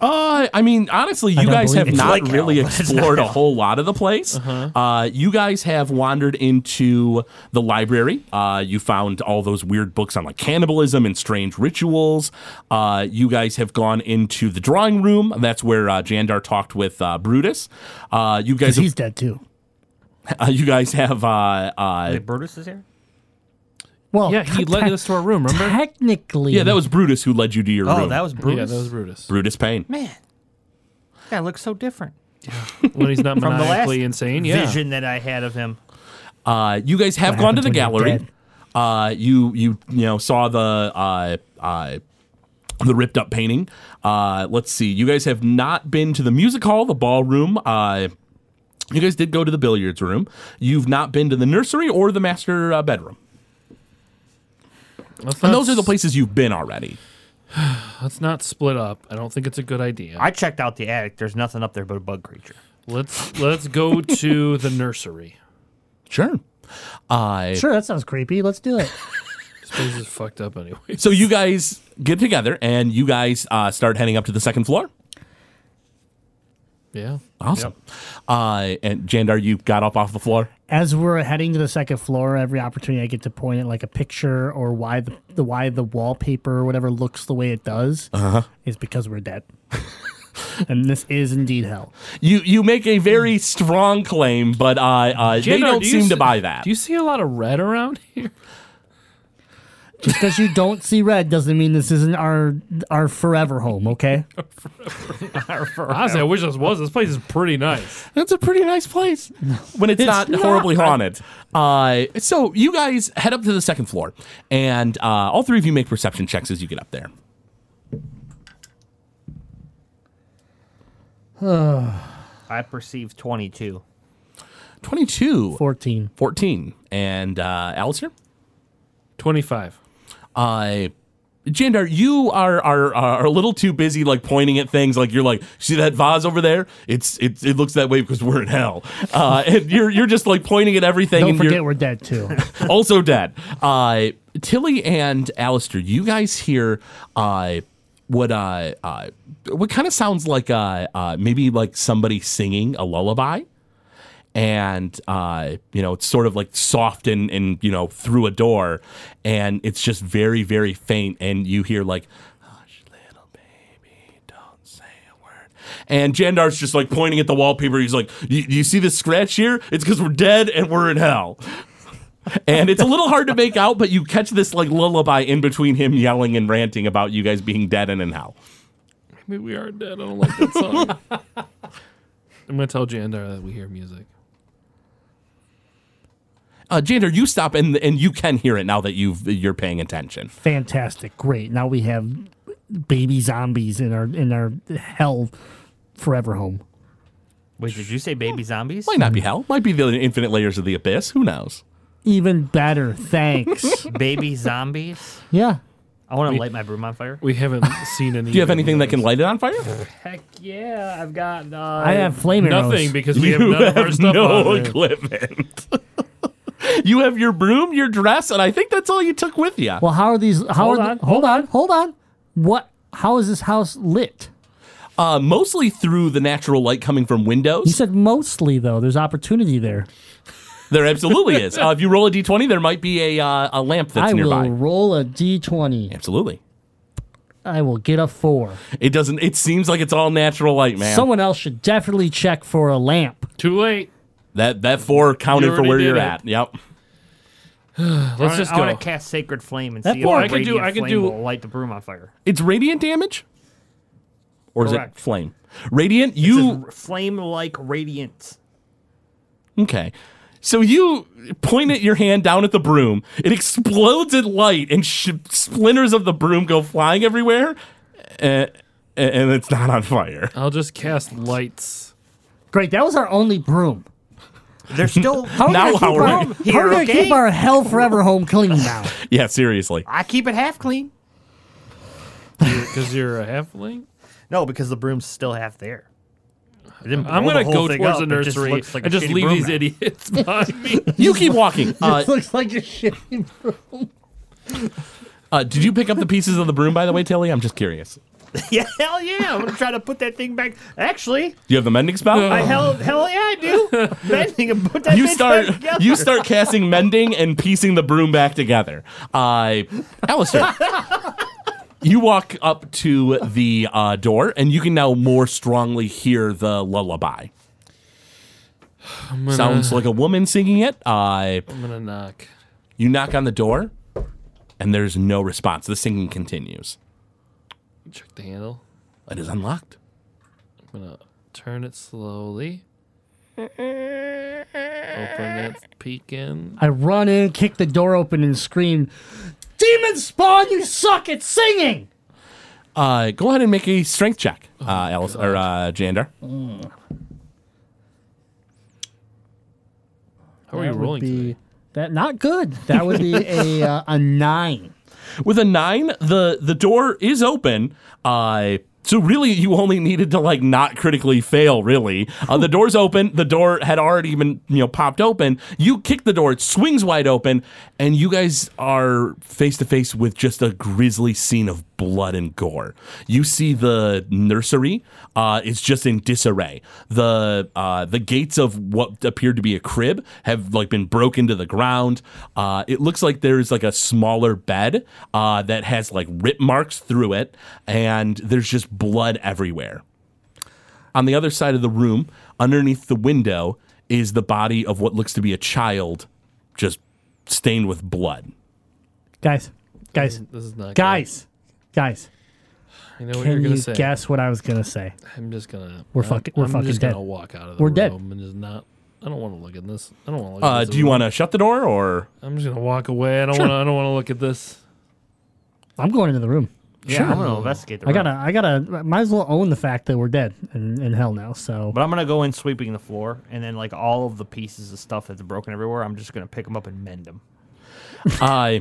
[SPEAKER 5] Uh, I mean, honestly, you
[SPEAKER 3] don't
[SPEAKER 5] guys
[SPEAKER 3] believe
[SPEAKER 5] have
[SPEAKER 3] it's
[SPEAKER 5] not
[SPEAKER 6] like
[SPEAKER 5] really
[SPEAKER 6] hell.
[SPEAKER 5] explored a whole lot of the place. uh you guys have wandered into the library. Uh, you found all those weird books on like cannibalism and strange rituals. Uh, you guys have gone into the drawing room. That's where uh, Jandar talked with uh, Brutus. Uh, you guys,
[SPEAKER 3] Because he's dead too.
[SPEAKER 5] uh, you guys have uh, uh,
[SPEAKER 6] Wait, Brutus is here.
[SPEAKER 3] Well,
[SPEAKER 4] Yeah, he led us to our room. Remember?
[SPEAKER 3] technically.
[SPEAKER 5] yeah, that was Brutus who led you to your
[SPEAKER 6] Oh,
[SPEAKER 5] room.
[SPEAKER 6] that was Brutus.
[SPEAKER 4] Yeah, that was Brutus.
[SPEAKER 5] Brutus Payne.
[SPEAKER 6] Man, that guy looks so different
[SPEAKER 4] When he's not
[SPEAKER 6] from the last
[SPEAKER 4] maniacally insane. Yeah.
[SPEAKER 6] vision that I had of him.
[SPEAKER 5] Uh, you guys have gone
[SPEAKER 3] What
[SPEAKER 5] to
[SPEAKER 3] happens
[SPEAKER 5] the
[SPEAKER 3] when you're
[SPEAKER 5] gallery.
[SPEAKER 3] dead?
[SPEAKER 5] Uh, you you you know saw the uh, uh, the ripped up painting. Uh, let's see. You guys have not been to the music hall, the ballroom. Uh, you guys did go to the billiards room. You've not been to the nursery or the master uh, bedroom.
[SPEAKER 4] Let's
[SPEAKER 5] And
[SPEAKER 4] not
[SPEAKER 5] those are the
[SPEAKER 4] s-
[SPEAKER 5] places you've been already.
[SPEAKER 4] Let's not split up. I don't think it's a good idea.
[SPEAKER 6] I checked out the attic. There's nothing up there but a bug creature.
[SPEAKER 4] let's let's go to the nursery.
[SPEAKER 5] Sure. Uh,
[SPEAKER 3] Sure, that sounds creepy. Let's do it.
[SPEAKER 4] This place is fucked up anyway.
[SPEAKER 5] So you guys get together and you guys uh, start heading up to the second floor.
[SPEAKER 4] Yeah.
[SPEAKER 5] Awesome. Uh, and Jandar, you got up off the floor.
[SPEAKER 3] As we're heading to the second floor, every opportunity I get to point at like a picture or why the, the why the wallpaper or whatever looks the way it does is because we're dead. and this is indeed hell.
[SPEAKER 5] You you make a very strong claim, but uh, uh, they
[SPEAKER 4] Jandar,
[SPEAKER 5] don't
[SPEAKER 4] do you
[SPEAKER 5] seem to
[SPEAKER 4] s-
[SPEAKER 5] buy that.
[SPEAKER 4] Do you see a lot of red around here?
[SPEAKER 3] Just because you don't see red doesn't mean this isn't our our forever home. Okay.
[SPEAKER 4] Honestly, I wish this was. This place is pretty nice.
[SPEAKER 5] That's a pretty nice place when it's, not,
[SPEAKER 3] not.
[SPEAKER 5] horribly haunted. Uh, so you guys head up to the second floor, and uh, all three of you make perception checks as you get up there.
[SPEAKER 6] I perceive 22.
[SPEAKER 5] 22,
[SPEAKER 3] Fourteen.
[SPEAKER 5] 14, and uh, Alistair?
[SPEAKER 4] 25.
[SPEAKER 5] Uh, Jandar, you are, are are a little too busy like pointing at things. Like you're like, see that vase over there? It's it, it looks that way because we're in hell. Uh, and you're you're just like pointing at everything.
[SPEAKER 3] Don't
[SPEAKER 5] and you're-
[SPEAKER 3] forget we're dead too.
[SPEAKER 5] also dead. Uh, Tilly and Alistair, you guys hear uh, what uh, uh, what kind of sounds like uh, uh, maybe like somebody singing a lullaby. And uh, you know it's sort of like soft and, and you know through a door, and it's just very very faint, and you hear like, "Hush, little baby, don't say a word." And Jandar's just like pointing at the wallpaper. He's like, "You, you see this scratch here? It's because we're dead and we're in hell." and it's a little hard to make out, but you catch this like lullaby in between him yelling and ranting about you guys being dead and in hell.
[SPEAKER 4] Maybe we are dead. I don't like that song. I'm going to tell Jandar that we hear music.
[SPEAKER 5] Uh, Jander, you stop and and you can hear it now that you've you're paying attention.
[SPEAKER 3] Fantastic. Great. Now we have baby zombies in our in our hell forever home.
[SPEAKER 6] Wait, did you say baby zombies?
[SPEAKER 5] Might
[SPEAKER 4] Hmm.
[SPEAKER 5] not be hell, might be the infinite layers of the abyss. Who knows?
[SPEAKER 3] Even better. Thanks.
[SPEAKER 6] Baby zombies?
[SPEAKER 3] yeah.
[SPEAKER 6] I want to light my broom on fire.
[SPEAKER 4] We haven't seen any.
[SPEAKER 5] Do you have anything that can light it on fire?
[SPEAKER 6] Heck yeah, I've got. Uh,
[SPEAKER 3] I have flame arrows.
[SPEAKER 4] Nothing because we have
[SPEAKER 5] you
[SPEAKER 4] none of our stuff
[SPEAKER 5] no
[SPEAKER 4] on. there.
[SPEAKER 5] equipment. you have your broom, your dress, and I think that's all you took with you.
[SPEAKER 3] Well, how are these? How
[SPEAKER 6] Hold
[SPEAKER 3] are the-
[SPEAKER 6] on,
[SPEAKER 3] hold on, hold on. What? How is this house lit?
[SPEAKER 5] Uh, mostly through the natural light coming from
[SPEAKER 3] You
[SPEAKER 5] windows.
[SPEAKER 3] said mostly though. There's opportunity there.
[SPEAKER 5] There absolutely is. Uh, if you roll a d20, there might be a uh, a lamp that's
[SPEAKER 3] I
[SPEAKER 5] nearby.
[SPEAKER 3] will roll a d20.
[SPEAKER 5] Absolutely.
[SPEAKER 3] I will get a four.
[SPEAKER 5] It doesn't. It seems like it's all natural light, man.
[SPEAKER 3] Someone else should definitely check for a lamp.
[SPEAKER 4] Too late.
[SPEAKER 5] that that four counted
[SPEAKER 4] You
[SPEAKER 5] for where
[SPEAKER 4] already
[SPEAKER 5] you're
[SPEAKER 4] did it.
[SPEAKER 5] at. Yep.
[SPEAKER 4] Let's just
[SPEAKER 6] I
[SPEAKER 4] go.
[SPEAKER 6] want to cast Sacred Flame and
[SPEAKER 3] That
[SPEAKER 6] see
[SPEAKER 3] boy- I
[SPEAKER 6] if the
[SPEAKER 4] could do-
[SPEAKER 6] radiant
[SPEAKER 4] I could
[SPEAKER 6] flame
[SPEAKER 4] do-
[SPEAKER 6] will light the broom on fire.
[SPEAKER 5] It's radiant damage, or is
[SPEAKER 6] Correct.
[SPEAKER 5] it flame? Radiant. You
[SPEAKER 6] Flame like radiant.
[SPEAKER 5] okay? So you point at your hand down at the broom. It explodes in light, and sh- splinters of the broom go flying everywhere. eh, and it's not on fire.
[SPEAKER 4] I'll just cast lights.
[SPEAKER 3] Great. That was our only broom.
[SPEAKER 6] There's still.
[SPEAKER 3] How
[SPEAKER 5] Now
[SPEAKER 3] are we
[SPEAKER 5] how are
[SPEAKER 3] gonna
[SPEAKER 5] we-
[SPEAKER 3] keep our- how are we gonna
[SPEAKER 6] okay?
[SPEAKER 3] keep our hell forever home clean now?
[SPEAKER 5] Yeah, seriously.
[SPEAKER 6] I keep it half clean.
[SPEAKER 4] Because you're a halfling?
[SPEAKER 6] No, because the broom's still half there. I didn't
[SPEAKER 4] I'm
[SPEAKER 6] blow
[SPEAKER 4] going to go
[SPEAKER 6] whole thing
[SPEAKER 4] towards
[SPEAKER 6] up.
[SPEAKER 4] the
[SPEAKER 6] It just
[SPEAKER 4] nursery
[SPEAKER 6] looks like a
[SPEAKER 4] and just
[SPEAKER 6] shitty
[SPEAKER 4] leave
[SPEAKER 6] broom
[SPEAKER 4] these
[SPEAKER 6] now.
[SPEAKER 4] idiots behind me.
[SPEAKER 5] You keep walking. Uh,
[SPEAKER 3] this looks like a shitty broom.
[SPEAKER 5] uh, did you pick up the pieces of the broom, by the way, Tilly? I'm just curious. Do
[SPEAKER 6] Yeah, hell yeah. I'm going to try to put that thing back. Actually,
[SPEAKER 5] you have the mending spell?
[SPEAKER 6] I hell, hell yeah, I do. Bending and put that
[SPEAKER 5] you
[SPEAKER 6] bitch
[SPEAKER 5] start
[SPEAKER 6] back together.
[SPEAKER 5] you start casting mending and piecing the broom back together. Uh, Alistair, you walk up to the uh, door, and you can now more strongly hear the lullaby. Sounds like a woman singing it. Uh,
[SPEAKER 4] I'm going to knock.
[SPEAKER 5] you knock on the door, and there's no response. The singing continues.
[SPEAKER 4] Check the handle.
[SPEAKER 5] It is unlocked.
[SPEAKER 4] I'm going to turn it slowly. Open it, peek in.
[SPEAKER 3] I run in, kick the door open, and scream, "Demon spawn! You suck at singing!"
[SPEAKER 5] Uh, go ahead and make a strength check, uh, Alice or uh, Jander.
[SPEAKER 4] How are you
[SPEAKER 3] That would
[SPEAKER 4] rolling
[SPEAKER 3] be-
[SPEAKER 4] today?
[SPEAKER 3] That not good. That would be a uh, a nine.
[SPEAKER 5] with a nine, the the door is open. Uh, so really, you only needed to like not critically fail. Really, uh, the door's open. The door had already been you know popped open. You kick the door, it swings wide open, and you guys are face to face with just a grisly scene of blood and gore. You see the nursery uh, is just in disarray. The uh, the gates of what appeared to be a crib have like been broken to the ground. Uh, it looks like there's like a smaller bed uh, that has like rip marks through it, and there's just blood everywhere. On the other side of the room, underneath the window, is the body of what looks to be a child, just stained with blood.
[SPEAKER 3] Guys, Guys,
[SPEAKER 4] This is not
[SPEAKER 3] guys, guys.
[SPEAKER 4] Good. I know what you're
[SPEAKER 3] Can
[SPEAKER 4] gonna
[SPEAKER 3] you
[SPEAKER 4] say.
[SPEAKER 3] guess what I was gonna say?
[SPEAKER 4] I'm just gonna.
[SPEAKER 3] We're
[SPEAKER 4] I-
[SPEAKER 3] fucking- we're
[SPEAKER 4] I'm
[SPEAKER 3] fucking
[SPEAKER 4] just
[SPEAKER 3] dead.
[SPEAKER 4] gonna walk out of the
[SPEAKER 3] We're
[SPEAKER 4] room
[SPEAKER 3] dead.
[SPEAKER 4] and just not. I don't want to look at this. I don't want to look.
[SPEAKER 5] Uh,
[SPEAKER 4] at this
[SPEAKER 5] do you want to shut the door or?
[SPEAKER 4] I'm just gonna walk away. I don't want. to I don't want to look at this.
[SPEAKER 3] I'm going into the room.
[SPEAKER 6] Yeah, I'm gonna investigate. The
[SPEAKER 3] I
[SPEAKER 6] room.
[SPEAKER 3] gotta, I gotta, might as well own the fact that we're dead and in hell now. So
[SPEAKER 6] But I'm gonna go in sweeping the floor, and then like all of the pieces of stuff that's broken everywhere, I'm just gonna pick them up and mend them.
[SPEAKER 5] Uh,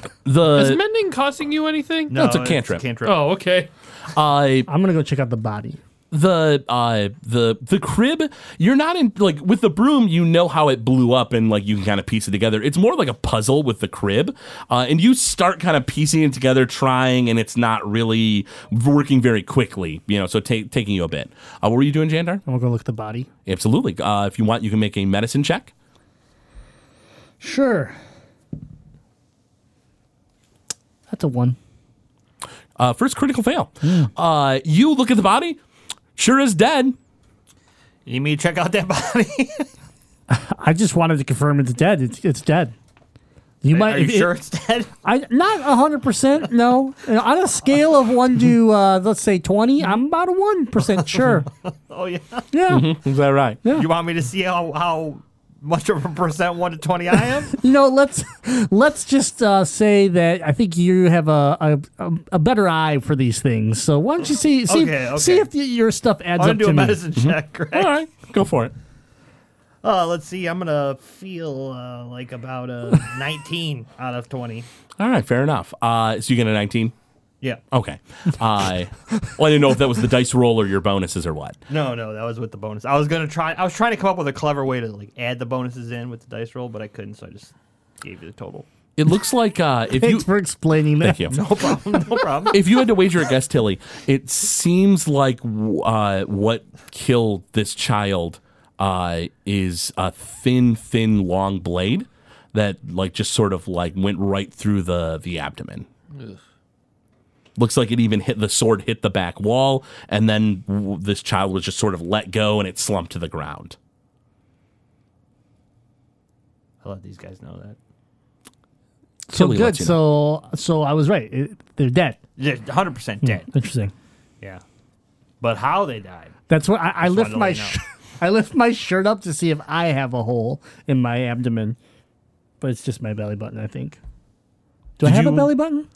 [SPEAKER 4] Is
[SPEAKER 5] the
[SPEAKER 4] mending costing you anything?
[SPEAKER 5] No, it's a cantrip.
[SPEAKER 4] Oh, okay.
[SPEAKER 5] uh,
[SPEAKER 3] I'm gonna go check out the body.
[SPEAKER 5] the uh the the crib you're not in like with the broom you know how it blew up and like you can kind of piece it together it's more like a puzzle with the crib uh, and you start kind of piecing it together trying and it's not really working very quickly you know so ta taking you a bit uh, what were you doing jandar
[SPEAKER 3] I'm gonna go look at the body.
[SPEAKER 5] absolutely uh, if you want you can make a medicine check
[SPEAKER 3] Sure. That's a one.
[SPEAKER 5] uh, first critical fail uh, you look at the body sure is dead
[SPEAKER 6] You need me to check out that body?
[SPEAKER 3] I just wanted to confirm it's dead. It's, it's dead. You might.
[SPEAKER 6] Are you
[SPEAKER 3] if it-
[SPEAKER 6] sure it's dead?
[SPEAKER 3] I not hundred percent. No, on a scale of one to uh, let's say twenty, I'm about a one percent sure.
[SPEAKER 6] Oh yeah.
[SPEAKER 3] Yeah,
[SPEAKER 5] is that right
[SPEAKER 6] You want me to see how how much of a percent one to twenty I am?
[SPEAKER 3] you know, let's let's just uh, say that I think you have a, a a better eye for these things. So why don't you see see
[SPEAKER 6] Okay, okay.
[SPEAKER 3] see if y- your stuff adds
[SPEAKER 6] I'm gonna
[SPEAKER 3] up
[SPEAKER 6] do
[SPEAKER 3] to
[SPEAKER 6] a
[SPEAKER 3] me? Mm-hmm.
[SPEAKER 6] medicine check.
[SPEAKER 5] all
[SPEAKER 6] Greg.
[SPEAKER 5] right go for it
[SPEAKER 6] Uh, let's see. I'm gonna feel uh, like about a 19 out of 20.
[SPEAKER 5] all right fair enough uh, so you get a 19
[SPEAKER 6] Yeah.
[SPEAKER 5] Okay. Uh, well, I didn't know if that was the dice roll or your bonuses or what.
[SPEAKER 6] No, no, that was with the bonus. I was gonna try. I was trying to come up with a clever way to like add the bonuses in with the dice roll, but I couldn't, so I just gave you the total.
[SPEAKER 5] It looks like uh, if you
[SPEAKER 3] Thanks for explaining that.
[SPEAKER 5] thank you.
[SPEAKER 6] No problem. No problem.
[SPEAKER 5] If you had to wager a guess, Tilly, it seems like uh, what killed this child uh, is a thin, thin, long blade that like just sort of like went right through the the abdomen. Looks like it even hit the sword, hit the back wall, and then w- this child was just sort of let go and it slumped to the ground.
[SPEAKER 6] I'll let these guys know that.
[SPEAKER 3] So
[SPEAKER 5] Tilly
[SPEAKER 3] good.
[SPEAKER 5] lets you know.
[SPEAKER 3] So so I was right. It, they're dead.
[SPEAKER 6] Yeah, 100% dead.
[SPEAKER 3] Interesting.
[SPEAKER 6] Yeah. But how they died?
[SPEAKER 3] That's what I, I lift
[SPEAKER 6] wanted to
[SPEAKER 3] my
[SPEAKER 6] let you know.
[SPEAKER 3] sh- I lift my shirt up to see if I have a hole in my abdomen, but it's just my belly button. I think. Do I
[SPEAKER 5] Did
[SPEAKER 3] have a
[SPEAKER 5] you-
[SPEAKER 3] belly button?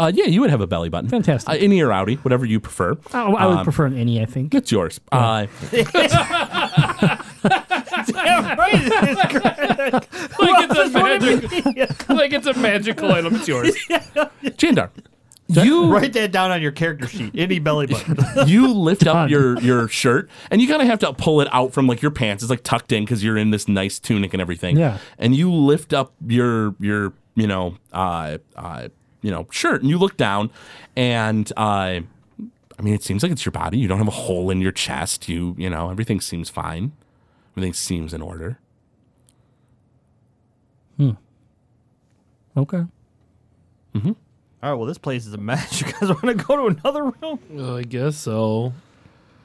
[SPEAKER 5] Uh, yeah, you would have a belly button.
[SPEAKER 3] Fantastic.
[SPEAKER 5] Uh, innie or outie, whatever you prefer.
[SPEAKER 3] Oh, I would prefer an any. I think.
[SPEAKER 5] It's yours. Uh,
[SPEAKER 4] Like it's a magic. like it's a magical item. It's yours.
[SPEAKER 5] Jandar, you
[SPEAKER 6] Write that down on your character sheet. Any belly button.
[SPEAKER 5] you lift up your, your shirt and you kind of have to pull it out from like your pants. It's like tucked in because you're in this nice tunic and everything.
[SPEAKER 3] Yeah.
[SPEAKER 5] And you lift up your your you know uh, uh you know shirt and you look down and uh, I mean it seems like it's your body. You don't have a hole in your chest. You you know everything seems fine. Everything seems in order.
[SPEAKER 3] Okay.
[SPEAKER 6] All right, well, this place is a mess. You guys want to go to another room?
[SPEAKER 4] Well, I guess so.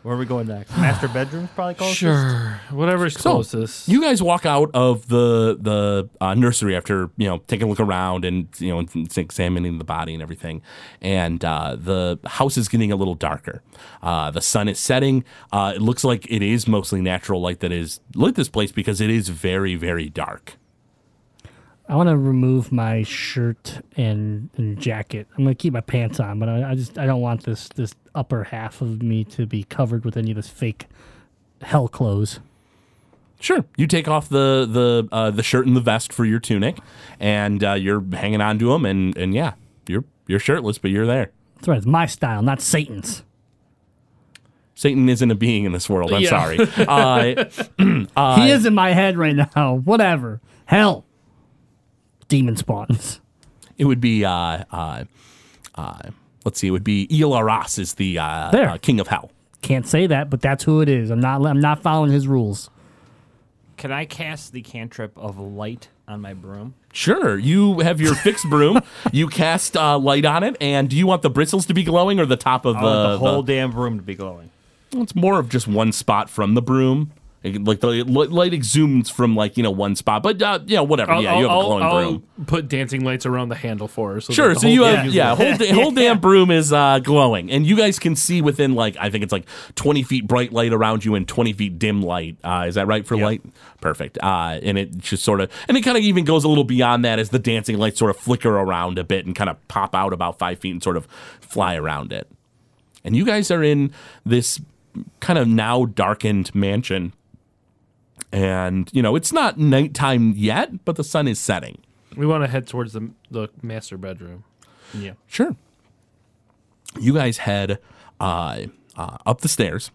[SPEAKER 6] Where are we going next? Master bedroom's probably closest.
[SPEAKER 4] Sure. Whatever's
[SPEAKER 5] So,
[SPEAKER 4] closest.
[SPEAKER 5] You guys walk out of the the uh, nursery after you know taking a look around and you know examining the body and everything, and uh, the house is getting a little darker. Uh, the sun is setting. Uh, it looks like it is mostly natural light that is lit this place because it is very very dark.
[SPEAKER 3] I want to remove my shirt and, and jacket. I'm gonna keep my pants on, but I, I just I don't want this this upper half of me to be covered with any of this fake hell clothes.
[SPEAKER 5] Sure, you take off the the uh, the shirt and the vest for your tunic, and uh, you're hanging on to them, and and yeah, you're you're shirtless, but you're there.
[SPEAKER 3] That's right. It's my style, not Satan's.
[SPEAKER 5] Satan isn't a being in this world. I'm
[SPEAKER 4] Yeah.
[SPEAKER 5] sorry. Uh,
[SPEAKER 3] he is in my head right now. Whatever. Hell. Demon spawns.
[SPEAKER 5] It would be uh, uh, uh, let's see, it would be Ilaras is the uh,
[SPEAKER 3] There.
[SPEAKER 5] uh, king of hell.
[SPEAKER 3] Can't say that, but that's who it is. I'm not. I'm not following his rules.
[SPEAKER 6] Can I cast the cantrip of light on my broom?
[SPEAKER 5] Sure, you have your fixed broom. You cast uh, light on it, and do you want the bristles to be glowing or the top of
[SPEAKER 6] I want Oh, the
[SPEAKER 5] the?
[SPEAKER 6] whole
[SPEAKER 5] the-
[SPEAKER 6] damn room to be glowing.
[SPEAKER 5] it's more of just one spot from the broom. It- Like the li- light exudes from like you know one spot, but uh, you know whatever.
[SPEAKER 4] I'll,
[SPEAKER 5] yeah, you have
[SPEAKER 4] I'll-
[SPEAKER 5] a glowing
[SPEAKER 4] I'll
[SPEAKER 5] broom.
[SPEAKER 4] put dancing lights around the handle for her. So that
[SPEAKER 5] Sure.
[SPEAKER 4] the
[SPEAKER 5] So
[SPEAKER 4] whole
[SPEAKER 5] you
[SPEAKER 4] thing
[SPEAKER 5] have
[SPEAKER 4] is
[SPEAKER 5] yeah, whole da- whole damn broom is uh, glowing, and you guys can see within like I think it's like twenty feet bright light around you and twenty feet dim light. Uh, is that right for light? Perfect. Uh, and it just sort of and it kind of even goes a little beyond that as the dancing lights sort of flicker around a bit and kind of pop out about five feet and sort of fly around it. And you guys are in this kind of now darkened mansion. And, you know, it's not nighttime yet, but the sun is setting.
[SPEAKER 4] We want to head towards the the master bedroom.
[SPEAKER 5] Sure. You guys head uh, uh, up the stairs,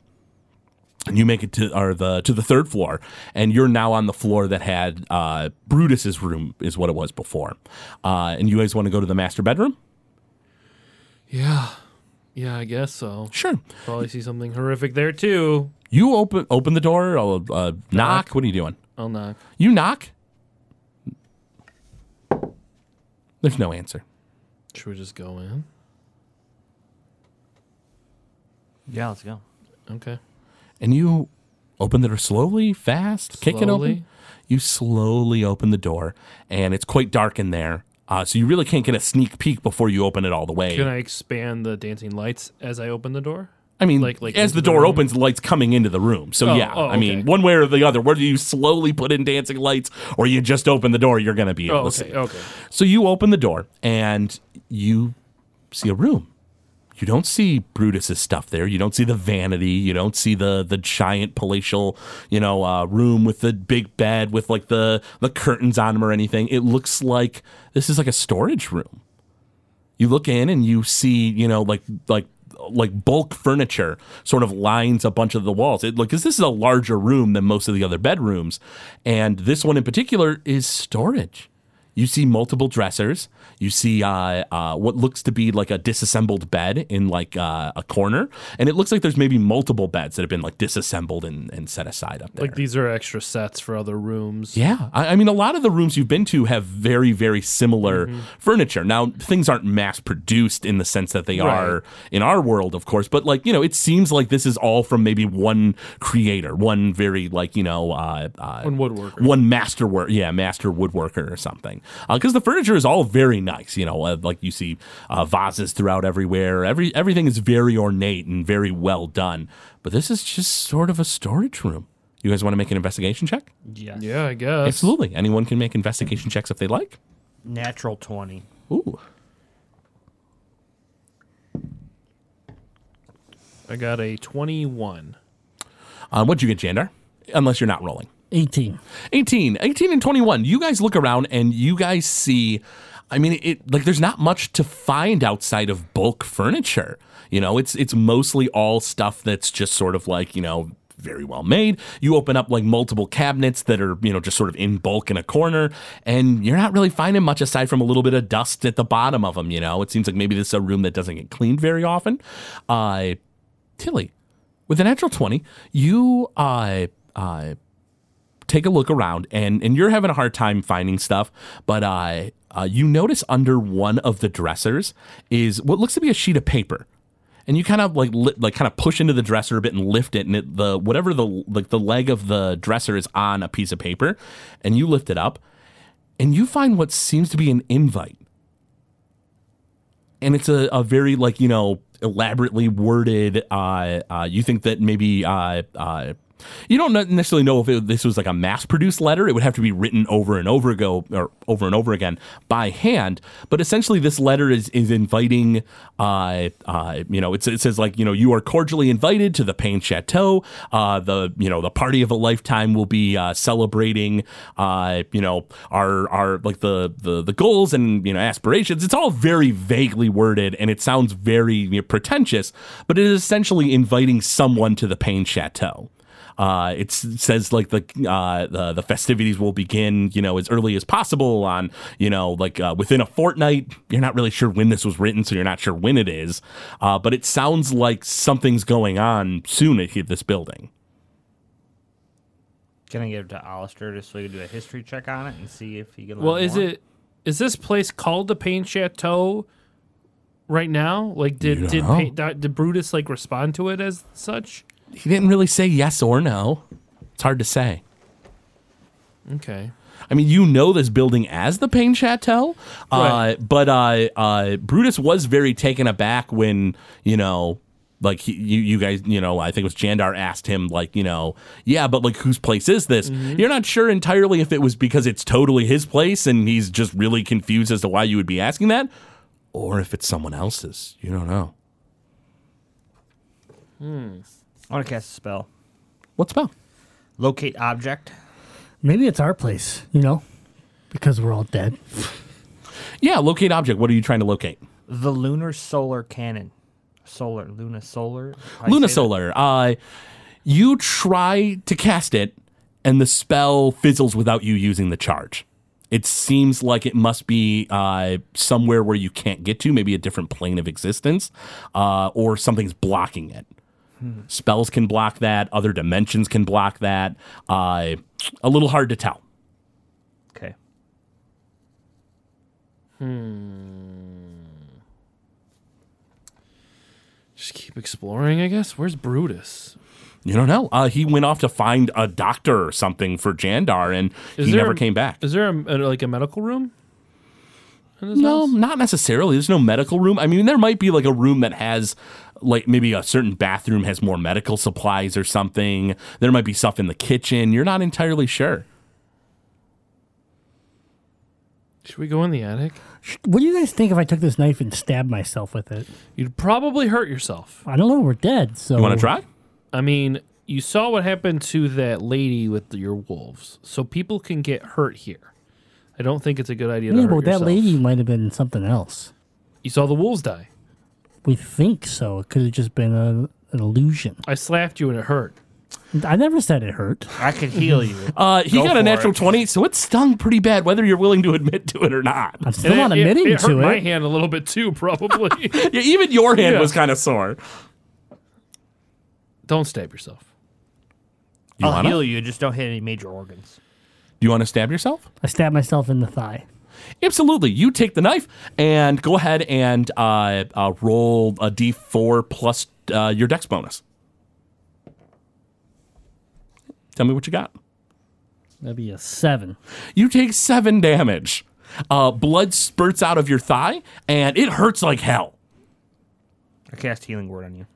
[SPEAKER 5] and you make it to or the to the third floor, and you're now on the floor that had uh, Brutus's room is what it was before. Uh, and you guys want to go to the master bedroom?
[SPEAKER 4] Yeah, yeah, I guess so.
[SPEAKER 5] Sure.
[SPEAKER 4] Probably see something horrific there too.
[SPEAKER 5] You open open the door. I'll uh, knock. What are you doing?
[SPEAKER 4] I'll knock.
[SPEAKER 5] You knock. There's no answer.
[SPEAKER 4] Should we just go in?
[SPEAKER 6] Yeah, let's go.
[SPEAKER 4] Okay.
[SPEAKER 5] and you open the door slowly, fast, kick it
[SPEAKER 4] Slowly.
[SPEAKER 5] open. You slowly open the door, and it's quite dark in there. Uh, so you really can't get a sneak peek before you open it all the way.
[SPEAKER 4] Can I expand the dancing lights as I open the door?
[SPEAKER 5] I mean,
[SPEAKER 4] like- like
[SPEAKER 5] as
[SPEAKER 4] into
[SPEAKER 5] the
[SPEAKER 4] the
[SPEAKER 5] door
[SPEAKER 4] room?
[SPEAKER 5] opens, light's coming into the room. So
[SPEAKER 4] Oh,
[SPEAKER 5] yeah,
[SPEAKER 4] oh,
[SPEAKER 5] I mean,
[SPEAKER 4] okay.
[SPEAKER 5] one way or the other, whether you slowly put in dancing lights or you just open the door, you're gonna be able
[SPEAKER 4] Oh,
[SPEAKER 5] to see.
[SPEAKER 4] okay. Okay.
[SPEAKER 5] So you open the door and you see a room. You don't see Brutus's stuff there. You don't see the vanity. You don't see the the giant palatial, you know, uh, room with the big bed with like the the curtains on them or anything. It looks like this is like a storage room. You look in and you see, you know, like like like bulk furniture sort of lines a bunch of the walls. It like 'cause this is a larger room than most of the other bedrooms, and this one in particular is storage. You see multiple dressers. You see uh, uh, what looks to be like a disassembled bed in like uh, a corner, and it looks like there's maybe multiple beds that have been like disassembled and, and set aside up there.
[SPEAKER 4] Like these are extra sets for other rooms.
[SPEAKER 5] Yeah, I, I mean, a lot of the rooms you've been to have very, very similar
[SPEAKER 4] Mm-hmm.
[SPEAKER 5] furniture. Now, things aren't mass produced in the sense that they
[SPEAKER 4] Right.
[SPEAKER 5] are in our world, of course, but like you know, it seems like this is all from maybe one creator, one very like you know, uh, uh,
[SPEAKER 4] One woodworker.
[SPEAKER 5] one master work, yeah, master woodworker or something. Because the furniture is all very nice, you know, uh, like you see uh, vases throughout everywhere. Every everything is very ornate and very well done. But this is just sort of a storage room. You guys want to make an investigation check?
[SPEAKER 6] Yes.
[SPEAKER 4] Yeah, I guess.
[SPEAKER 5] Absolutely. Anyone can make investigation checks if they like.
[SPEAKER 6] Natural 20.
[SPEAKER 5] Ooh.
[SPEAKER 4] I got a twenty-one.
[SPEAKER 5] Um, what'd you get, Jandar? Unless you're not rolling.
[SPEAKER 3] 18.
[SPEAKER 5] 18. 18 and 21. You guys look around and you guys see, I mean, it like there's not much to find outside of bulk furniture. You know, it's it's mostly all stuff that's just sort of like, you know, very well made. You open up like multiple cabinets that are, you know, just sort of in bulk in a corner, and you're not really finding much aside from a little bit of dust at the bottom of them, you know. It seems like maybe this is a room that doesn't get cleaned very often. Uh Tilly, with a natural 20, you uh uh take a look around and and you're having a hard time finding stuff but uh, uh you notice under one of the dressers is what looks to be a sheet of paper and you kind of like li- like kind of push into the dresser a bit and lift it and it, the whatever the like the leg of the dresser is on a piece of paper and you lift it up and you find what seems to be an invite and it's a, a very like you know elaborately worded uh, uh you think that maybe uh uh you don't ne- necessarily know if it, this was like a mass-produced letter. It would have to be written over and over go or over and over again by hand. But essentially, this letter is is inviting. Uh, uh, you know, it's, it says like you know you are cordially invited to the Pain Chateau. Uh, the you know the party of a lifetime will be uh, celebrating. Uh, you know our our like the the the goals and you know aspirations. It's all very vaguely worded and it sounds very you know, pretentious, but it is essentially inviting someone to the Pain Chateau. Uh, it s- says like the, uh, the the festivities will begin, you know, as early as possible on, you know, like uh, within a fortnight. You're not really sure when this was written, so you're not sure when it is. Uh, but it sounds like something's going on soon at he- this building.
[SPEAKER 6] Can I give it to Alistair just so we can do a history check on it and see if he can learn
[SPEAKER 4] Well, is
[SPEAKER 6] more?
[SPEAKER 4] it is this place called the Pain Chateau right now? Like,
[SPEAKER 5] You
[SPEAKER 4] did
[SPEAKER 5] don't
[SPEAKER 4] did
[SPEAKER 5] know.
[SPEAKER 4] Pain, did Brutus like respond to it as such?
[SPEAKER 5] He didn't really say yes or no. It's hard to say.
[SPEAKER 4] Okay.
[SPEAKER 5] I mean, you know this building as the Pain Chateau, uh,
[SPEAKER 4] Right.
[SPEAKER 5] but uh, uh, Brutus was very taken aback when you know, like he, you, you guys, you know, I think it was Jandar asked him, like, you know, yeah, but like, whose place is this? You're not sure entirely if it was because it's totally his place and he's just really confused as to why you would be asking that, or if it's someone else's. You don't know.
[SPEAKER 6] I want to cast a spell.
[SPEAKER 5] What's about?
[SPEAKER 6] Locate object.
[SPEAKER 3] Maybe it's our place, you know, because we're all dead.
[SPEAKER 5] Yeah, locate object. What are you trying to locate?
[SPEAKER 6] The lunar solar cannon. Solar. Luna solar. How do you
[SPEAKER 5] Luna
[SPEAKER 6] say that?
[SPEAKER 5] Solar. Uh, you try to cast it, and the spell fizzles without you using the charge. It seems like it must be uh, somewhere where you can't get to, maybe a different plane of existence, uh, or something's blocking it. Spells can block that. Other dimensions can block that. Uh, a little hard to tell.
[SPEAKER 6] Okay.
[SPEAKER 4] Just keep exploring, I guess. Where's Brutus?
[SPEAKER 5] You don't know. Uh, he went off to find a doctor or something for Jandar, and he never
[SPEAKER 4] a-
[SPEAKER 5] came back.
[SPEAKER 4] Is there a, a- like a medical room? in his
[SPEAKER 5] No,
[SPEAKER 4] house?
[SPEAKER 5] not necessarily. There's no medical room. I mean, there might be like a room that has like maybe a certain bathroom has more medical supplies or something. There might be stuff in the kitchen. You're not entirely sure.
[SPEAKER 4] Should we go in the attic?
[SPEAKER 3] What do you guys think if I took this knife and stabbed myself with it?
[SPEAKER 4] You'd probably hurt yourself.
[SPEAKER 3] I don't know. We're dead. So
[SPEAKER 5] You want to try?
[SPEAKER 4] I mean, you saw what happened to that lady with your wolves, so people can get hurt here. I don't think it's a good idea to
[SPEAKER 3] Yeah,
[SPEAKER 4] hurt
[SPEAKER 3] but that
[SPEAKER 4] yourself.
[SPEAKER 3] lady might have been something else.
[SPEAKER 4] You saw the wolves die.
[SPEAKER 3] We think so. It could have just been a, an illusion.
[SPEAKER 4] I slapped you and it hurt.
[SPEAKER 3] I never said it hurt.
[SPEAKER 6] I can heal you.
[SPEAKER 5] Uh, he
[SPEAKER 6] Go
[SPEAKER 5] got a
[SPEAKER 6] for
[SPEAKER 5] natural
[SPEAKER 6] it.
[SPEAKER 5] 20, so it stung pretty bad, whether you're willing to admit to it or not.
[SPEAKER 3] I'm
[SPEAKER 4] And
[SPEAKER 3] still not
[SPEAKER 4] it, it-
[SPEAKER 3] admitting
[SPEAKER 4] it hurt
[SPEAKER 3] to
[SPEAKER 4] my
[SPEAKER 3] it.
[SPEAKER 4] hand a little bit too, probably.
[SPEAKER 5] Yeah, even your hand
[SPEAKER 4] Yeah.
[SPEAKER 5] was kind of sore.
[SPEAKER 4] don't stab yourself.
[SPEAKER 5] You
[SPEAKER 6] I'll
[SPEAKER 5] want
[SPEAKER 6] heal
[SPEAKER 5] to?
[SPEAKER 6] you. Just don't hit any major organs.
[SPEAKER 5] You want to stab yourself?
[SPEAKER 3] I stabbed myself in the thigh.
[SPEAKER 5] Absolutely. You take the knife and go ahead and uh, uh, roll a d4 plus uh, your dex bonus. Tell me what you got.
[SPEAKER 3] That'd be a seven.
[SPEAKER 5] You take seven damage. Uh, blood spurts out of your thigh, and it hurts like hell.
[SPEAKER 6] I cast healing word on you.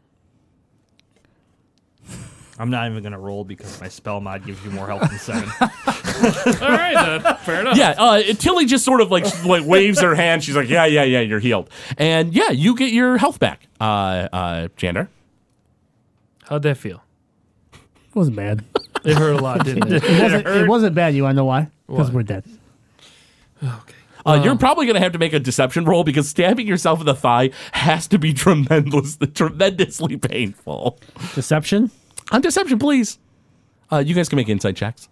[SPEAKER 6] I'm not even gonna roll because my spell mod gives you more health than seven.
[SPEAKER 4] All right, then. Fair enough.
[SPEAKER 5] Yeah, uh, Tilly just sort of like like waves her hand. She's like, "Yeah, yeah, yeah, you're healed." And yeah, you get your health back, uh, uh, Jander.
[SPEAKER 4] How'd that feel?
[SPEAKER 3] It wasn't bad.
[SPEAKER 4] It hurt a lot, didn't it?
[SPEAKER 3] It wasn't, it wasn't bad. You want to know why? Because
[SPEAKER 4] Why?
[SPEAKER 3] we're dead.
[SPEAKER 4] Okay.
[SPEAKER 5] Uh, you're probably going to have to make a deception roll because stabbing yourself in the thigh has to be tremendous, tremendously painful.
[SPEAKER 3] Deception.
[SPEAKER 5] On deception, please. Uh, you guys can make insight checks.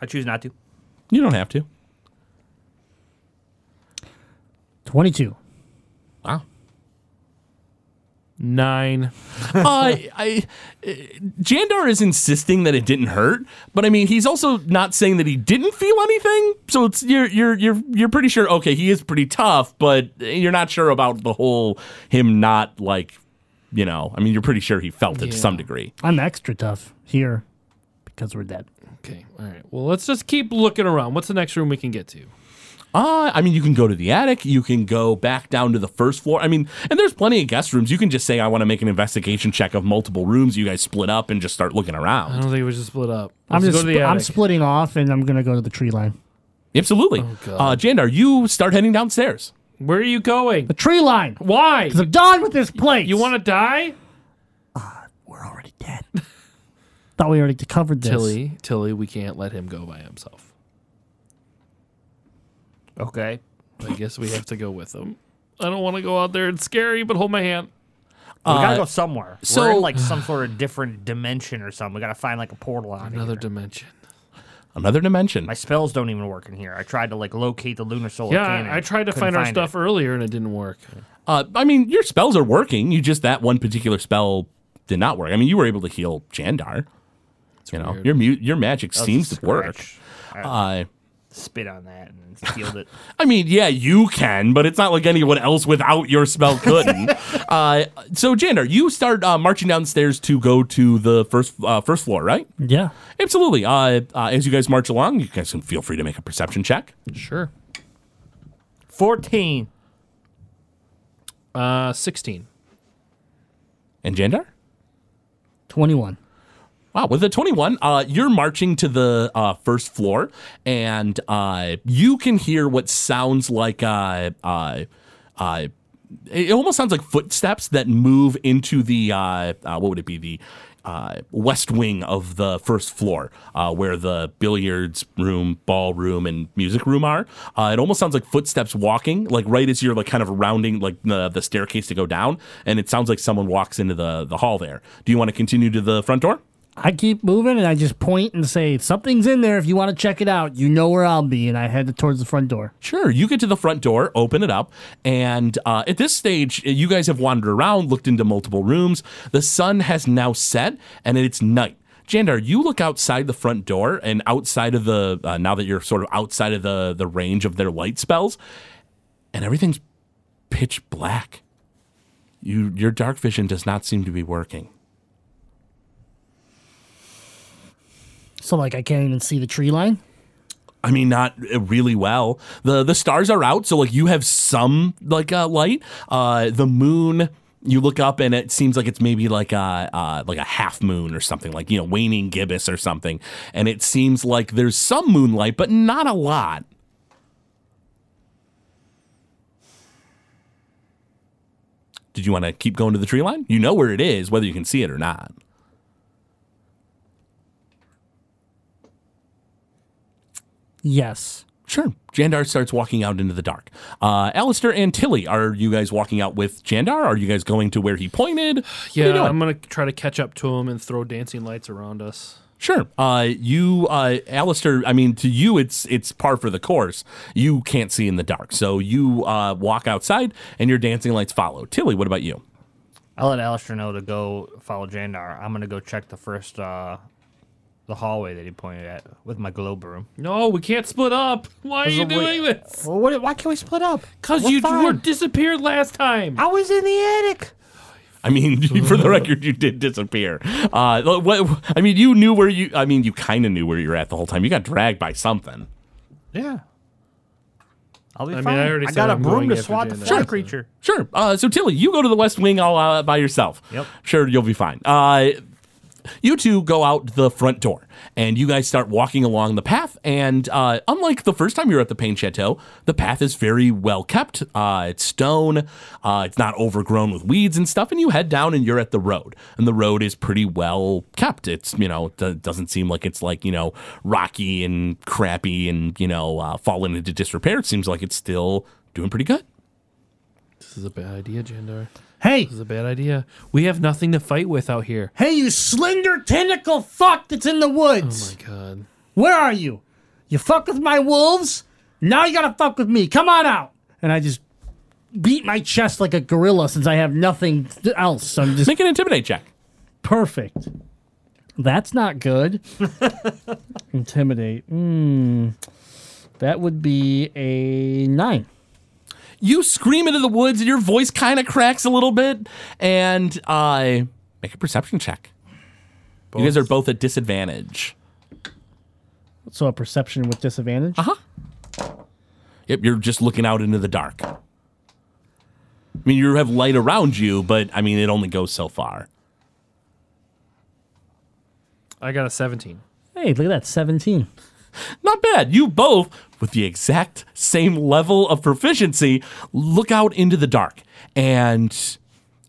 [SPEAKER 6] I choose not to.
[SPEAKER 5] You don't have to.
[SPEAKER 3] Twenty-two.
[SPEAKER 5] Wow.
[SPEAKER 4] Nine.
[SPEAKER 5] uh, I, uh, Jandar is insisting that it didn't hurt, but I mean, he's also not saying that he didn't feel anything. So it's you're you're you're you're pretty sure. Okay, he is pretty tough, but you're not sure about the whole him not like, you know. I mean, you're pretty sure he felt it to some degree.
[SPEAKER 3] I'm extra tough here because we're dead.
[SPEAKER 4] Okay. All right. Well, let's just keep looking around. What's the next room we can get to?
[SPEAKER 5] Uh, I mean, you can go to the attic. You can go back down to the first floor. I mean, and there's plenty of guest rooms. You can just say, I want to make an investigation check of multiple rooms. You guys split up and just start looking
[SPEAKER 4] I
[SPEAKER 6] Oh,
[SPEAKER 5] around.
[SPEAKER 4] don't think we should split up.
[SPEAKER 3] I'm
[SPEAKER 4] Let's
[SPEAKER 3] just.
[SPEAKER 4] go to the
[SPEAKER 3] sp- I'm
[SPEAKER 4] attic.
[SPEAKER 3] splitting off, and I'm gonna go to the tree line.
[SPEAKER 5] Absolutely. uh, Jandar, you start heading downstairs.
[SPEAKER 4] Where are you going?
[SPEAKER 3] The tree line.
[SPEAKER 4] Why?
[SPEAKER 3] 'Cause I'm done with this place.
[SPEAKER 4] You want to die?
[SPEAKER 3] We're already dead. Thought we already covered this.
[SPEAKER 4] Tilly, Tilly, we can't let him go by himself.
[SPEAKER 6] Okay.
[SPEAKER 4] I guess we have to go with him. I don't want to go out there. It's scary, but hold my hand.
[SPEAKER 6] We
[SPEAKER 5] Uh,
[SPEAKER 6] gotta go somewhere. We're
[SPEAKER 5] so-
[SPEAKER 6] in like some sort of different dimension or something. We gotta find like a portal on
[SPEAKER 4] Another
[SPEAKER 6] another.
[SPEAKER 4] dimension.
[SPEAKER 5] Another dimension.
[SPEAKER 6] My spells don't even work in here. I tried to like locate the lunar solar
[SPEAKER 4] Yeah,
[SPEAKER 6] cannon.
[SPEAKER 4] I, I tried to
[SPEAKER 6] Couldn't
[SPEAKER 4] find our
[SPEAKER 6] it.
[SPEAKER 4] stuff earlier and it didn't work.
[SPEAKER 5] Uh, I mean, your spells are working. You just that one particular spell did not work. I mean, you were able to heal Jandar. you know,
[SPEAKER 4] weird.
[SPEAKER 5] your mu- your magic
[SPEAKER 6] That was a
[SPEAKER 5] seems to work.
[SPEAKER 6] scratch.
[SPEAKER 5] Uh,
[SPEAKER 6] spit on that and sealed it.
[SPEAKER 5] I mean, yeah, you can, but it's not like anyone else without your spell couldn't. uh, so, Jander, you start uh, marching downstairs to go to the first uh, first floor, right?
[SPEAKER 3] Yeah.
[SPEAKER 5] Absolutely. Uh, uh, as you guys march along, you guys can feel free to make a perception check.
[SPEAKER 4] Sure.
[SPEAKER 6] Fourteen.
[SPEAKER 4] Uh, 16.
[SPEAKER 5] And Jandar?
[SPEAKER 3] 21.
[SPEAKER 5] Wow, with a 21, uh, you're marching to the uh, first floor, and uh, you can hear what sounds like uh, uh, uh, it almost sounds like footsteps that move into the uh, uh, what would it be the uh, west wing of the first floor uh, where the billiards room, ballroom, and music room are. Uh, it almost sounds like footsteps walking, like right as you're like kind of rounding like the, the staircase to go down, and it sounds like someone walks into the the hall there. Do you want to continue to the front door?
[SPEAKER 3] I keep moving and I just point and say, something's in there. If you want to check it out, you know where I'll be. And I head towards the front door.
[SPEAKER 5] Sure. You get to the front door, open it up, and uh, at this stage, you guys have wandered around, looked into multiple rooms. The sun has now set, and it's night. Jandar, you look outside the front door and outside of the uh, now that you're sort of outside of the the range of their light spells, and everything's pitch black. You your dark vision does not seem to be working.
[SPEAKER 3] So, like, I can't even see the tree line.
[SPEAKER 5] I mean, not uh, really well. the The stars are out, so like you have some like uh, light. Uh, the moon, you look up and it seems like it's maybe like a uh, like a half moon or something, like you know, waning gibbous or something. And it seems like there's some moonlight, but not a lot. Did you want to keep going to the tree line? You know where it is, whether you can see it or not.
[SPEAKER 3] Yes.
[SPEAKER 5] Sure. Jandar starts walking out into the dark. Uh, Alistair and Tilly, are you guys walking out with Jandar? Are you guys going to where he pointed? What are you
[SPEAKER 4] Yeah, um,
[SPEAKER 5] doing?
[SPEAKER 4] I'm going to try to catch up to him and throw dancing lights around us.
[SPEAKER 5] sure. Uh, you, uh, Alistair, I mean, to you, it's it's par for the course. You can't see in the dark. So you uh, walk outside and your dancing lights follow. Tilly, what about you?
[SPEAKER 6] I'll let Alistair know to go follow Jandar. I'm gonna go check the first uh the hallway that he pointed at with my glow broom.
[SPEAKER 4] No, we can't split up. Why are you doing this?
[SPEAKER 6] Well, what, why can't we split up?
[SPEAKER 4] Because
[SPEAKER 6] We're
[SPEAKER 4] you d-
[SPEAKER 6] fine.
[SPEAKER 4] were disappeared last time.
[SPEAKER 6] I was in the attic.
[SPEAKER 5] I mean, for the record, you did disappear. Uh, what, I mean, you knew where you, I mean, you kind of knew where you were at the whole time. You got dragged by something.
[SPEAKER 6] Yeah. I'll be
[SPEAKER 4] I mean,
[SPEAKER 6] fine.
[SPEAKER 4] I already
[SPEAKER 6] I
[SPEAKER 4] said
[SPEAKER 6] got a
[SPEAKER 4] I'm
[SPEAKER 6] broom
[SPEAKER 4] going
[SPEAKER 6] to
[SPEAKER 4] after
[SPEAKER 6] swat the
[SPEAKER 4] Jandar,
[SPEAKER 6] fly
[SPEAKER 4] so-
[SPEAKER 6] creature.
[SPEAKER 5] Sure. Uh, so Tilly, you go to the West Wing all uh, by yourself.
[SPEAKER 6] Yep.
[SPEAKER 5] Sure, you'll be fine. Uh, you two go out the front door, and you guys start walking along the path. And uh, unlike the first time you were at the Pain Chateau, the path is very well kept. Uh, it's stone. Uh, it's not overgrown with weeds and stuff. And you head down, and you're at the road. And the road is pretty well kept. It's you know it doesn't seem like it's like you know rocky and crappy and you know uh, fallen into disrepair. It seems like it's still doing pretty good.
[SPEAKER 4] This is a bad idea, Jandar.
[SPEAKER 3] Hey,
[SPEAKER 4] This is a bad idea. We have nothing to fight with out here.
[SPEAKER 3] hey, you slender tentacle fuck that's in the woods.
[SPEAKER 4] Oh My God.
[SPEAKER 3] Where are you? You fuck with my wolves? Now you gotta fuck with me. Come on out. And I just beat my chest like a gorilla since I have nothing th- else. So I'm just
[SPEAKER 5] Make an intimidate check.
[SPEAKER 3] perfect. That's not good. Intimidate. Hmm. That would be a nine.
[SPEAKER 5] you scream into the woods and your voice kind of cracks a little bit and i make a perception check you guys are both at disadvantage
[SPEAKER 3] So a perception with disadvantage.
[SPEAKER 5] yep you're just looking out into the dark i mean you have light around you but i mean it only goes so far
[SPEAKER 4] I got a 17.
[SPEAKER 3] Hey, look at that. 17.
[SPEAKER 5] not bad you both with the exact same level of proficiency look out into the dark and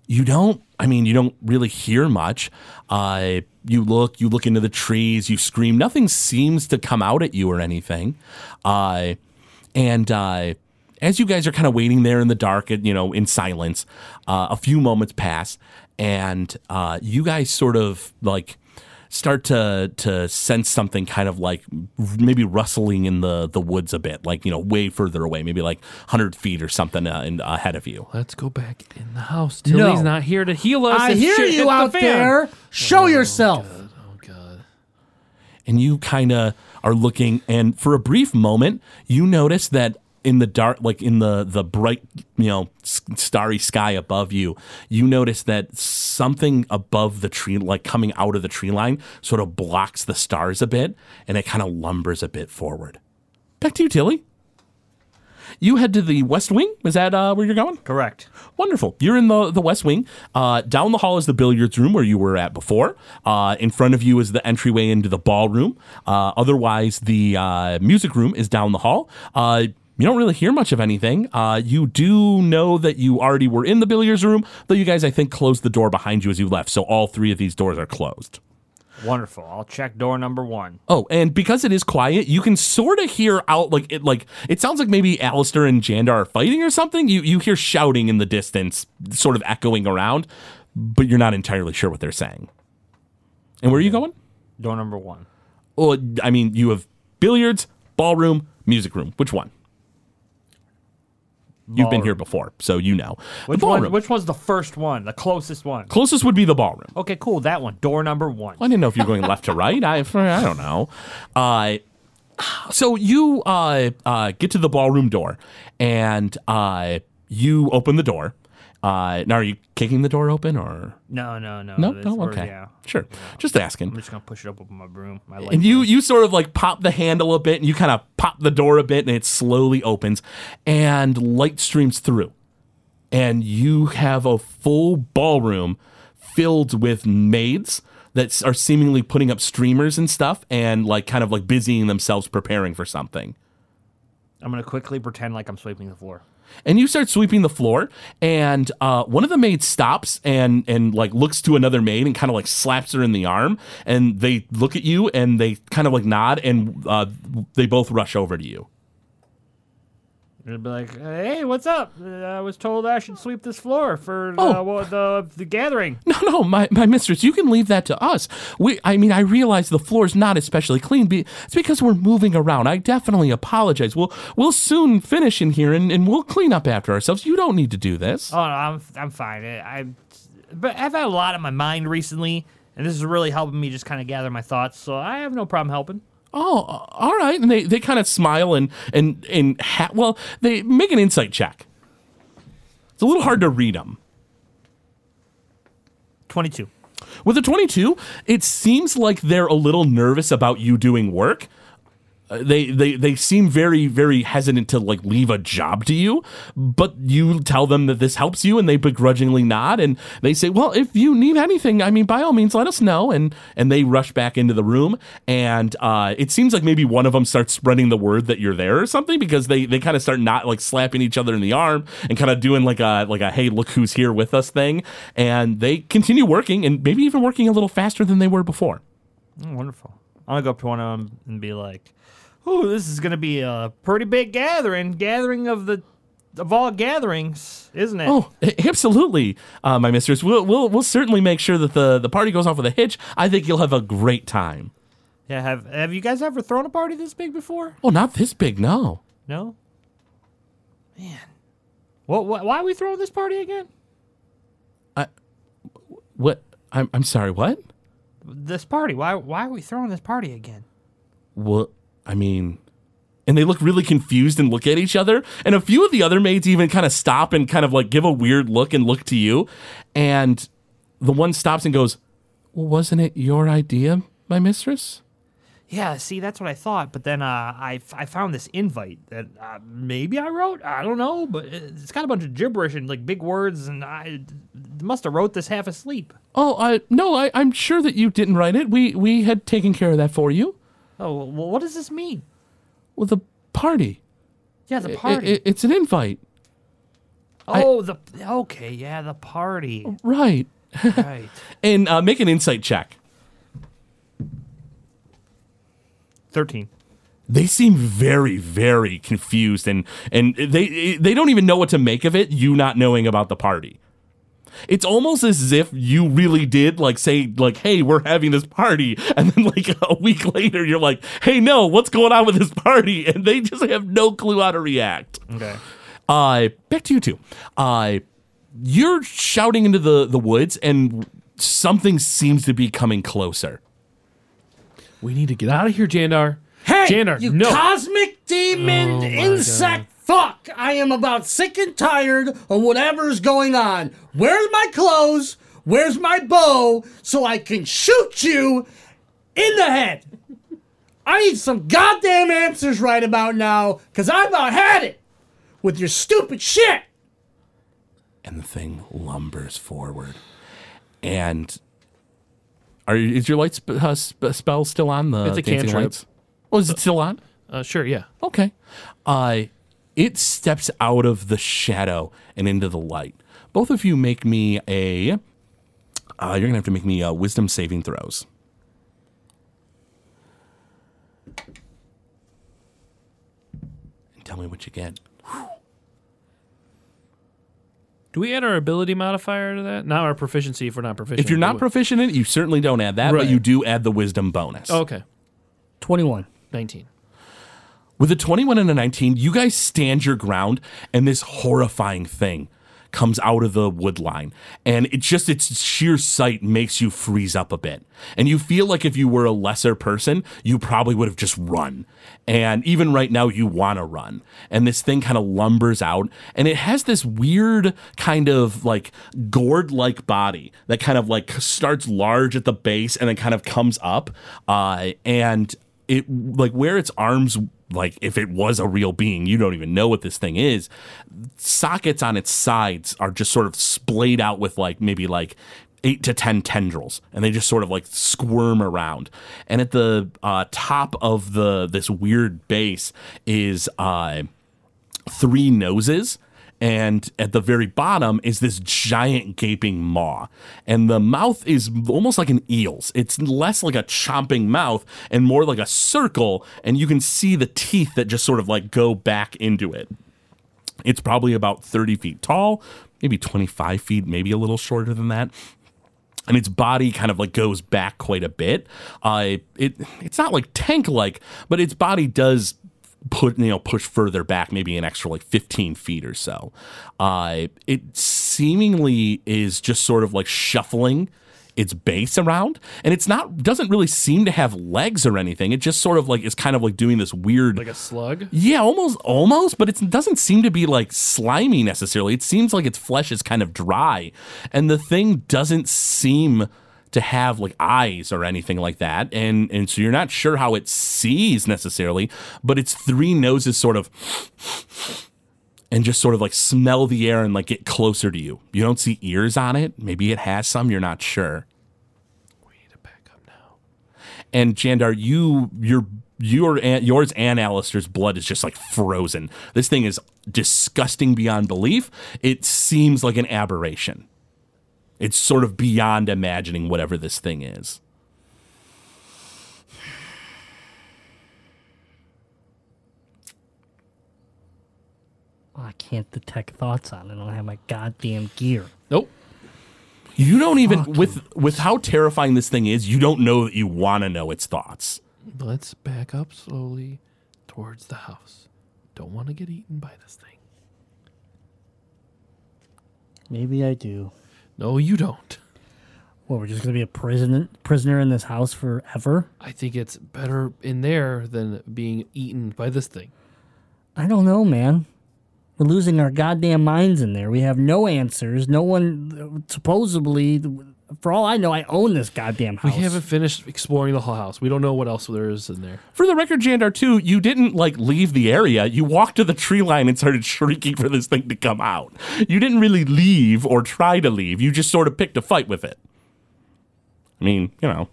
[SPEAKER 5] you don't i mean you don't really hear much uh, you look you look into the trees you scream nothing seems to come out at you or anything uh, and uh, as you guys are kind of waiting there in the dark and you know in silence uh, a few moments pass and uh, you guys sort of like start to to sense something kind of like maybe rustling in the the woods a bit like you know way further away maybe like 100 feet or something uh, in, ahead of you
[SPEAKER 4] Let's go back in the house. Tilly's not here to heal us.
[SPEAKER 3] I
[SPEAKER 4] if
[SPEAKER 3] hear
[SPEAKER 4] shit hits
[SPEAKER 3] you
[SPEAKER 4] the
[SPEAKER 3] out
[SPEAKER 4] fan.
[SPEAKER 3] there. Show yourself.
[SPEAKER 4] Oh, God.
[SPEAKER 5] and you kind of are looking, and for a brief moment, you notice that in the dark, like in the the bright, you know, s- starry sky above you, you notice that something above the tree, like coming out of the tree line, sort of blocks the stars a bit, and it kind of lumbers a bit forward. Back to you, Tilly. You head to the west wing. Is that uh, where you're going?
[SPEAKER 6] Correct.
[SPEAKER 5] Wonderful. You're in the, the West Wing. Uh, down the hall is the billiards room where you were at before. Uh, in front of you is the entryway into the ballroom. Uh, otherwise, the uh, music room is down the hall. Uh, you don't really hear much of anything. Uh, you do know that you already were in the billiards room, though you guys, I think, closed the door behind you as you left. So all three of these doors are closed.
[SPEAKER 6] Wonderful. I'll check door number one.
[SPEAKER 5] Oh, and because it is quiet, you can sort of hear out like it like it sounds like maybe Alistair and Jandar are fighting or something. You you hear shouting in the distance, sort of echoing around, but you're not entirely sure what they're saying. And where are you going?
[SPEAKER 6] Door number one.
[SPEAKER 5] Well, I mean, you have billiards, ballroom, music room. Which one? You've been here before, so you know.
[SPEAKER 6] Which
[SPEAKER 5] the
[SPEAKER 6] one?
[SPEAKER 5] ballroom.
[SPEAKER 6] Which one's the first one? The closest one.
[SPEAKER 5] Closest would be the ballroom.
[SPEAKER 6] Okay, cool. That one. Door number one.
[SPEAKER 5] I didn't know if you're going left to right. I I don't know. Uh, so you uh, uh, get to the ballroom door, and uh, you open the door. Uh, now, are you kicking the door open or
[SPEAKER 6] No, no, no. Oh,
[SPEAKER 5] no?
[SPEAKER 6] this
[SPEAKER 5] No,
[SPEAKER 6] word,
[SPEAKER 5] okay,
[SPEAKER 6] Yeah.
[SPEAKER 5] sure. Just asking.
[SPEAKER 6] I'm just gonna push it up with my broom. My light
[SPEAKER 5] And you you sort of like pop the handle a bit, and you kind of pop the door a bit, and it slowly opens, and light streams through, and you have a full ballroom filled with maids that s- are seemingly putting up streamers and stuff, and like kind of like busying themselves preparing for something.
[SPEAKER 6] I'm gonna quickly pretend like I'm sweeping the floor.
[SPEAKER 5] And you start sweeping the floor, and uh, one of the maids stops and and like looks to another maid and kind of like slaps her in the arm, and they look at you and they kind of like nod, and uh, they both rush over to you.
[SPEAKER 6] It'd be like, hey, what's up? Uh, I was told I should sweep this floor for
[SPEAKER 5] Oh.
[SPEAKER 6] the, well, the the gathering.
[SPEAKER 5] No, no, my, my mistress, you can leave that to us. We, I mean, I realize the floor's not especially clean. Be, it's because we're moving around. I definitely apologize. We'll we'll soon finish in here, and, and we'll clean up after ourselves. You don't need to do this.
[SPEAKER 6] Oh, no, I'm I'm fine. I, I but I've had a lot on my mind recently, and this is really helping me just kind of gather my thoughts. So I have no problem helping.
[SPEAKER 5] Oh, uh, all right. And they, they kind of smile and and and ha- well, they make an insight check. It's a little hard to read them.
[SPEAKER 6] Twenty-two.
[SPEAKER 5] With a 22, it seems like they're a little nervous about you doing work. Uh, They, they they seem very very hesitant to like leave a job to you, but you tell them that this helps you, and they begrudgingly nod, and they say, "Well, if you need anything, I mean, by all means, let us know." And and they rush back into the room, and uh, it seems like maybe one of them starts spreading the word that you're there or something because they they kind of start not like slapping each other in the arm and kind of doing like a like a hey look who's here with us thing, and they continue working and maybe even working a little faster than they were before.
[SPEAKER 6] Oh, wonderful. I'm gonna go up to one of them and be like, "Oh, this is gonna be a pretty big gathering. Gathering of the of all gatherings, isn't it?"
[SPEAKER 5] Oh, a- absolutely, uh, my mistress. We'll, we'll we'll certainly make sure that the the party goes off with a hitch. I think you'll have a great time.
[SPEAKER 6] Yeah. Have Have you guys ever thrown a party this big before?
[SPEAKER 5] Well, Oh, not this big, no.
[SPEAKER 6] No. Man. What? Wh- why are we throwing this party again?
[SPEAKER 5] What? I'm I'm sorry. What?
[SPEAKER 6] This party. Why? Why are we throwing this party again?
[SPEAKER 5] Well, I mean, and they look really confused and look at each other. And a few of the other maids even kind of stop and kind of like give a weird look and look to you. And the one stops and goes, well, "Wasn't it your idea, my mistress?"
[SPEAKER 6] Yeah, see, that's what I thought, but then uh, I, f- I found this invite that uh, maybe I wrote. I don't know, but it- it's got a bunch of gibberish and like big words, and I must have wrote this half asleep.
[SPEAKER 5] Oh, I no, I, I'm sure that you didn't write it. We we had taken care of that for you.
[SPEAKER 6] Oh, well, what does this mean?
[SPEAKER 5] Well, the party.
[SPEAKER 6] Yeah, the
[SPEAKER 5] I-
[SPEAKER 6] party.
[SPEAKER 5] I- it's an invite,
[SPEAKER 6] oh, the okay, yeah, the party.
[SPEAKER 5] Oh. right?
[SPEAKER 6] right,
[SPEAKER 5] And uh, make an insight check.
[SPEAKER 6] thirteen.
[SPEAKER 5] They seem very, very confused, and and they they don't even know what to make of it. You not knowing about the party. It's almost as if you really did like say like, "Hey, we're having this party," and then like a week later, you're like, "Hey, no, what's going on with this party?" And they just have no clue how to react.
[SPEAKER 6] Okay.
[SPEAKER 5] Uh, back to you two. Uh, you're shouting into the, the woods, and something seems to be coming closer.
[SPEAKER 4] We need to get out of here, Jandar.
[SPEAKER 5] Hey,
[SPEAKER 3] Hey,
[SPEAKER 4] Janner,
[SPEAKER 3] you
[SPEAKER 4] no.
[SPEAKER 3] cosmic demon
[SPEAKER 4] Oh my
[SPEAKER 3] insect fuck! I am about sick and tired of whatever's going on. Where's my clothes? Where's my bow so I can shoot you in the head? I need some goddamn answers right about now, cause I about had it with your stupid shit.
[SPEAKER 5] and the thing lumbers forward. And are you- is your light sp- uh, sp- spell still on the
[SPEAKER 4] It's a
[SPEAKER 5] dancing
[SPEAKER 4] cantrip.
[SPEAKER 5] lights? Oh, is it still on?
[SPEAKER 4] Uh, sure, yeah.
[SPEAKER 5] Okay. Uh, it steps out of the shadow and into the light. Both of you make me a. Uh, you're gonna have to make me uh, wisdom saving throws. And tell me what you get.
[SPEAKER 4] Do we add our ability modifier to that? Not our proficiency if we're not proficient.
[SPEAKER 5] If you're not
[SPEAKER 4] do we?
[SPEAKER 5] proficient in it, you certainly don't add that, but
[SPEAKER 4] Right.
[SPEAKER 5] you do add the wisdom bonus.
[SPEAKER 4] Oh, okay,
[SPEAKER 3] Twenty-one.
[SPEAKER 4] nineteen.
[SPEAKER 5] With a 21 and a 19, you guys stand your ground, and this horrifying thing comes out of the wood line. And it just, its sheer sight makes you freeze up a bit. And you feel like if you were a lesser person, you probably would have just run. And even right now, you want to run. And this thing kind of lumbers out, and it has this weird kind of like gourd like body that kind of like starts large at the base and then kind of comes up. Uh, and it like where its arms like if it was a real being you don't even know what this thing is sockets on its sides are just sort of splayed out with like maybe like eight to ten tendrils and they just sort of like squirm around and at the uh, top of the this weird base is uh, three noses. And at the very bottom is this giant gaping maw. And the mouth is almost like an eel's. It's less like a chomping mouth and more like a circle. And you can see the teeth that just sort of like go back into it. It's probably about 30 feet tall, maybe 25 feet, maybe a little shorter than that and its body kind of like goes back quite a bit. Uh, it it's not like tank like, but its body does put you know push further back, maybe an extra like fifteen feet or so. Uh, it seemingly is just sort of like shuffling its base around and it's not doesn't really seem to have legs or anything it just sort of like is kind of like doing this weird
[SPEAKER 4] Like a slug.
[SPEAKER 5] yeah, almost, almost, but it doesn't seem to be like slimy necessarily. It seems like its flesh is kind of dry, and the thing doesn't seem to have like eyes or anything like that, and and so you're not sure how it sees necessarily. But its three noses sort of and just sort of like smell the air and like get closer to you. You don't see ears on it. Maybe it has some. You're not sure.
[SPEAKER 4] We need to back up now.
[SPEAKER 5] And Jandar, you your your and yours and Alistair's blood is just like frozen. This thing is disgusting beyond belief. It seems like an aberration. It's sort of beyond imagining whatever this thing is.
[SPEAKER 3] Oh, I can't detect thoughts on it. I don't have my goddamn gear.
[SPEAKER 4] Nope.
[SPEAKER 5] You don't even with with how terrifying this thing is, you don't know that you want to know its thoughts.
[SPEAKER 4] Let's back up slowly towards the house. Don't want to get eaten by this thing.
[SPEAKER 3] Maybe I do.
[SPEAKER 4] No, you don't.
[SPEAKER 3] Well, we're just gonna be a prisoner prisoner in this house forever.
[SPEAKER 4] I think it's better in there than being eaten by this thing.
[SPEAKER 3] I don't know, man. We're losing our goddamn minds in there. We have no answers. No one supposedly, for all I know, I own this goddamn
[SPEAKER 4] We
[SPEAKER 3] house.
[SPEAKER 4] haven't finished exploring the whole house. We don't know what else there is in there.
[SPEAKER 5] For the record, Jandar, too, you didn't like leave the area. You walked to the tree line and started shrieking for this thing to come out. You didn't really leave or try to leave. You just sort of picked a fight with it. I mean, you know,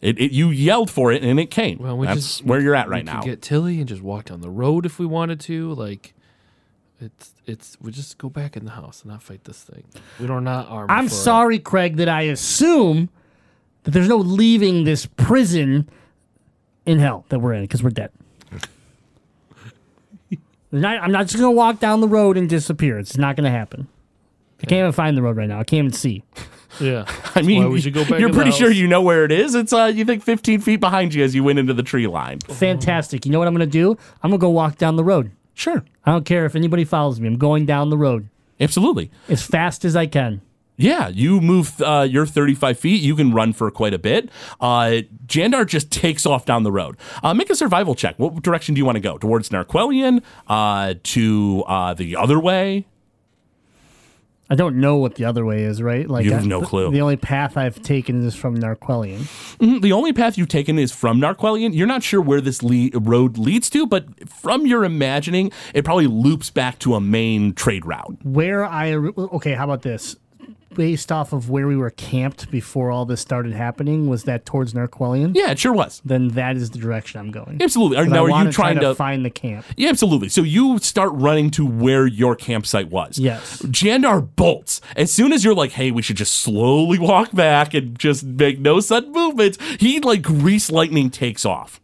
[SPEAKER 5] it, it you yelled for it and it came.
[SPEAKER 4] Well, we
[SPEAKER 5] That's
[SPEAKER 4] just-
[SPEAKER 5] where you're at
[SPEAKER 4] we
[SPEAKER 5] right
[SPEAKER 4] could
[SPEAKER 5] now.
[SPEAKER 4] get Tilly and just walk down the road if we wanted to. Like, it's it's we just go back in the house and not fight this thing. We don't not arm.
[SPEAKER 3] I'm
[SPEAKER 4] for it.
[SPEAKER 3] sorry, Craig, that I assume that there's no leaving this prison in hell that we're in because we're dead. We're not- I'm not just gonna walk down the road and disappear. It's not gonna happen. I can't even find the road right now. I can't even see.
[SPEAKER 4] Yeah,
[SPEAKER 5] I mean,
[SPEAKER 4] why we should go back
[SPEAKER 5] you're
[SPEAKER 4] in the
[SPEAKER 5] pretty sure
[SPEAKER 4] house.
[SPEAKER 5] you know where it is. It's uh, you think 15 feet behind you as you went into the tree line.
[SPEAKER 3] Fantastic. You know what I'm gonna do? I'm gonna go walk down the road.
[SPEAKER 5] Sure,
[SPEAKER 3] I don't care if anybody follows me. I'm going down the road
[SPEAKER 5] absolutely.
[SPEAKER 3] as fast as I can.
[SPEAKER 5] Yeah, you move uh, your 35 feet. You can run for quite a bit. Uh, Jandar just takes off down the road. Uh, make a survival check. What direction do you want to go? Towards Narquelian? Uh, to uh, the other way?
[SPEAKER 3] I don't know what the other way is, right? Like
[SPEAKER 5] You have
[SPEAKER 3] I-
[SPEAKER 5] no clue.
[SPEAKER 3] The only path I've taken is from Narquelian.
[SPEAKER 5] Mhm, The only path you've taken is from Narquelian. You're not sure where this le- road leads to, but from your imagining, it probably loops back to a main trade route.
[SPEAKER 3] Where I okay, how about this? Based off of where we were camped before all this started happening, was that towards Narquelian?
[SPEAKER 5] Yeah, it sure was.
[SPEAKER 3] Then that is the direction I'm going.
[SPEAKER 5] Absolutely. Are-
[SPEAKER 3] But I
[SPEAKER 5] Now, are
[SPEAKER 3] wanna
[SPEAKER 5] you
[SPEAKER 3] try
[SPEAKER 5] trying to?
[SPEAKER 3] find the camp?
[SPEAKER 5] Yeah, absolutely. So you start running to where your campsite was.
[SPEAKER 3] Yes.
[SPEAKER 5] Jandar bolts. As soon as you're like, hey, we should just slowly walk back and just make no sudden movements, he like grease lightning takes off.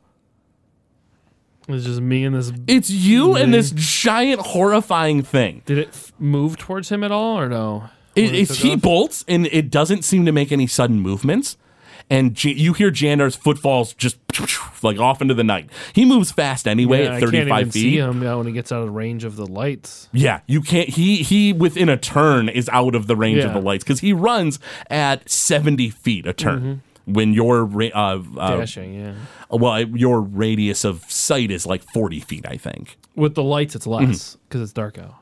[SPEAKER 4] It's just me and this.
[SPEAKER 5] It's you
[SPEAKER 4] Mm-hmm.
[SPEAKER 5] and this giant horrifying thing.
[SPEAKER 4] Did it f- move towards him at all or no?
[SPEAKER 5] It, it's, he bolts and it doesn't seem to make any sudden movements. And J- you hear Jandar's footfalls just like off into the night. He moves fast anyway
[SPEAKER 4] Yeah,
[SPEAKER 5] at
[SPEAKER 4] I
[SPEAKER 5] 35
[SPEAKER 4] can't even
[SPEAKER 5] feet.
[SPEAKER 4] see him now when he gets out of the range of the lights.
[SPEAKER 5] Yeah, you can't. He he within a turn is out of the range of
[SPEAKER 4] Yeah.
[SPEAKER 5] the lights because he runs at seventy feet a turn. When your ra- uh, uh,
[SPEAKER 4] Dashing, yeah.
[SPEAKER 5] well, your radius of sight is like forty feet, I think.
[SPEAKER 4] With the lights, it's less
[SPEAKER 5] Mm-hmm.
[SPEAKER 4] because it's dark out.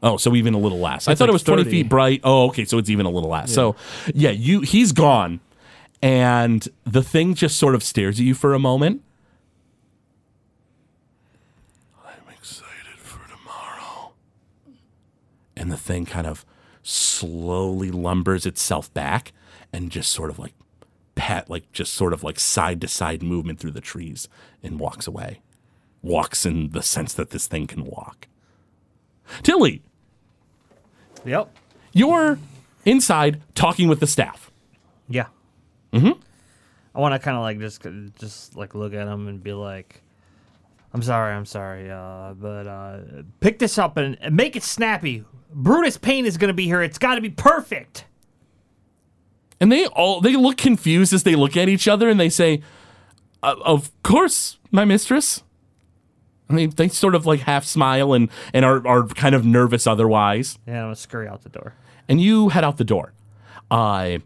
[SPEAKER 5] Oh, so even a little less. I thought
[SPEAKER 4] like
[SPEAKER 5] it was twenty
[SPEAKER 4] 30.
[SPEAKER 5] feet bright. Oh, okay, so it's even a little less. So yeah, you he's gone, and the thing just sort of stares at you for a moment. I'm excited for tomorrow. And the thing kind of slowly lumbers itself back and just sort of like pat, like just sort of like side to side movement through the trees and walks away. Walks in the sense that this thing can walk. Tilly,
[SPEAKER 6] Yep.
[SPEAKER 5] you're inside talking with the staff.
[SPEAKER 6] Yeah. Mm-hmm. I want to kind of like just just like look at him and be like, "I'm sorry, I'm sorry, uh, but uh, pick this up and, and make it snappy. Brutus Payne is gonna be here. It's got to be perfect."
[SPEAKER 5] And they all they look confused as they look at each other and they say, "Uh, "Of course, my mistress." And they, they sort of like half smile and and are, are kind of nervous otherwise.
[SPEAKER 6] And I'm gonna scurry out the door.
[SPEAKER 5] And you head out the door. Uh,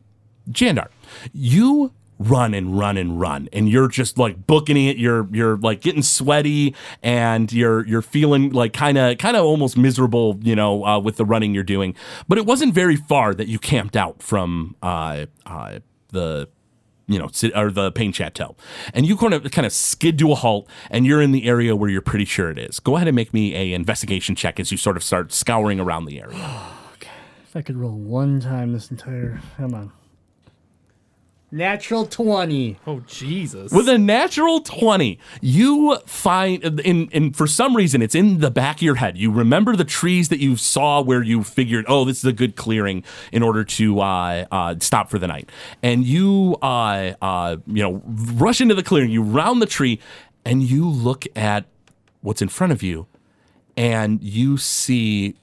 [SPEAKER 5] Jandar, you run and run and run, and you're just like booking it. You're you're like getting sweaty, and you're you're feeling like kind of kind of almost miserable, you know, uh, with the running you're doing. But it wasn't very far that you camped out from uh, uh, the. You know, ci- or the Pain Chateau, and you kind of kind of skid to a halt, and you're in the area where you're pretty sure it is. Go ahead and make me a investigation check as you sort of start scouring around the area.
[SPEAKER 3] If I could roll one time this entire, come on. Natural twenty.
[SPEAKER 4] Oh, Jesus.
[SPEAKER 5] With a natural 20, you find, in, in, for some reason, it's in the back of your head. You remember the trees that you saw where you figured, oh, this is a good clearing in order to uh, uh, stop for the night. And you, uh, uh, you know, rush into the clearing, you round the tree, and you look at what's in front of you, and you see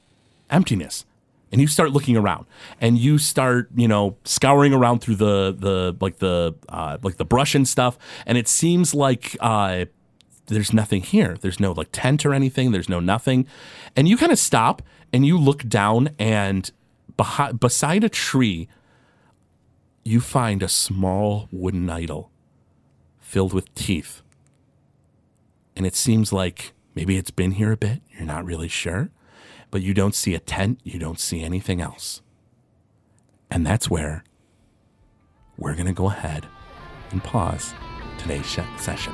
[SPEAKER 5] emptiness and you start looking around and you start you know scouring around through the the like the uh, like the brush and stuff and it seems like uh, there's nothing here there's no like tent or anything there's no nothing and you kind of stop and you look down and behi- beside a tree you find a small wooden idol filled with teeth and it seems like maybe it's been here a bit you're not really sure but you don't see a tent, you don't see anything else. And that's where we're going to go ahead and pause today's sh- session.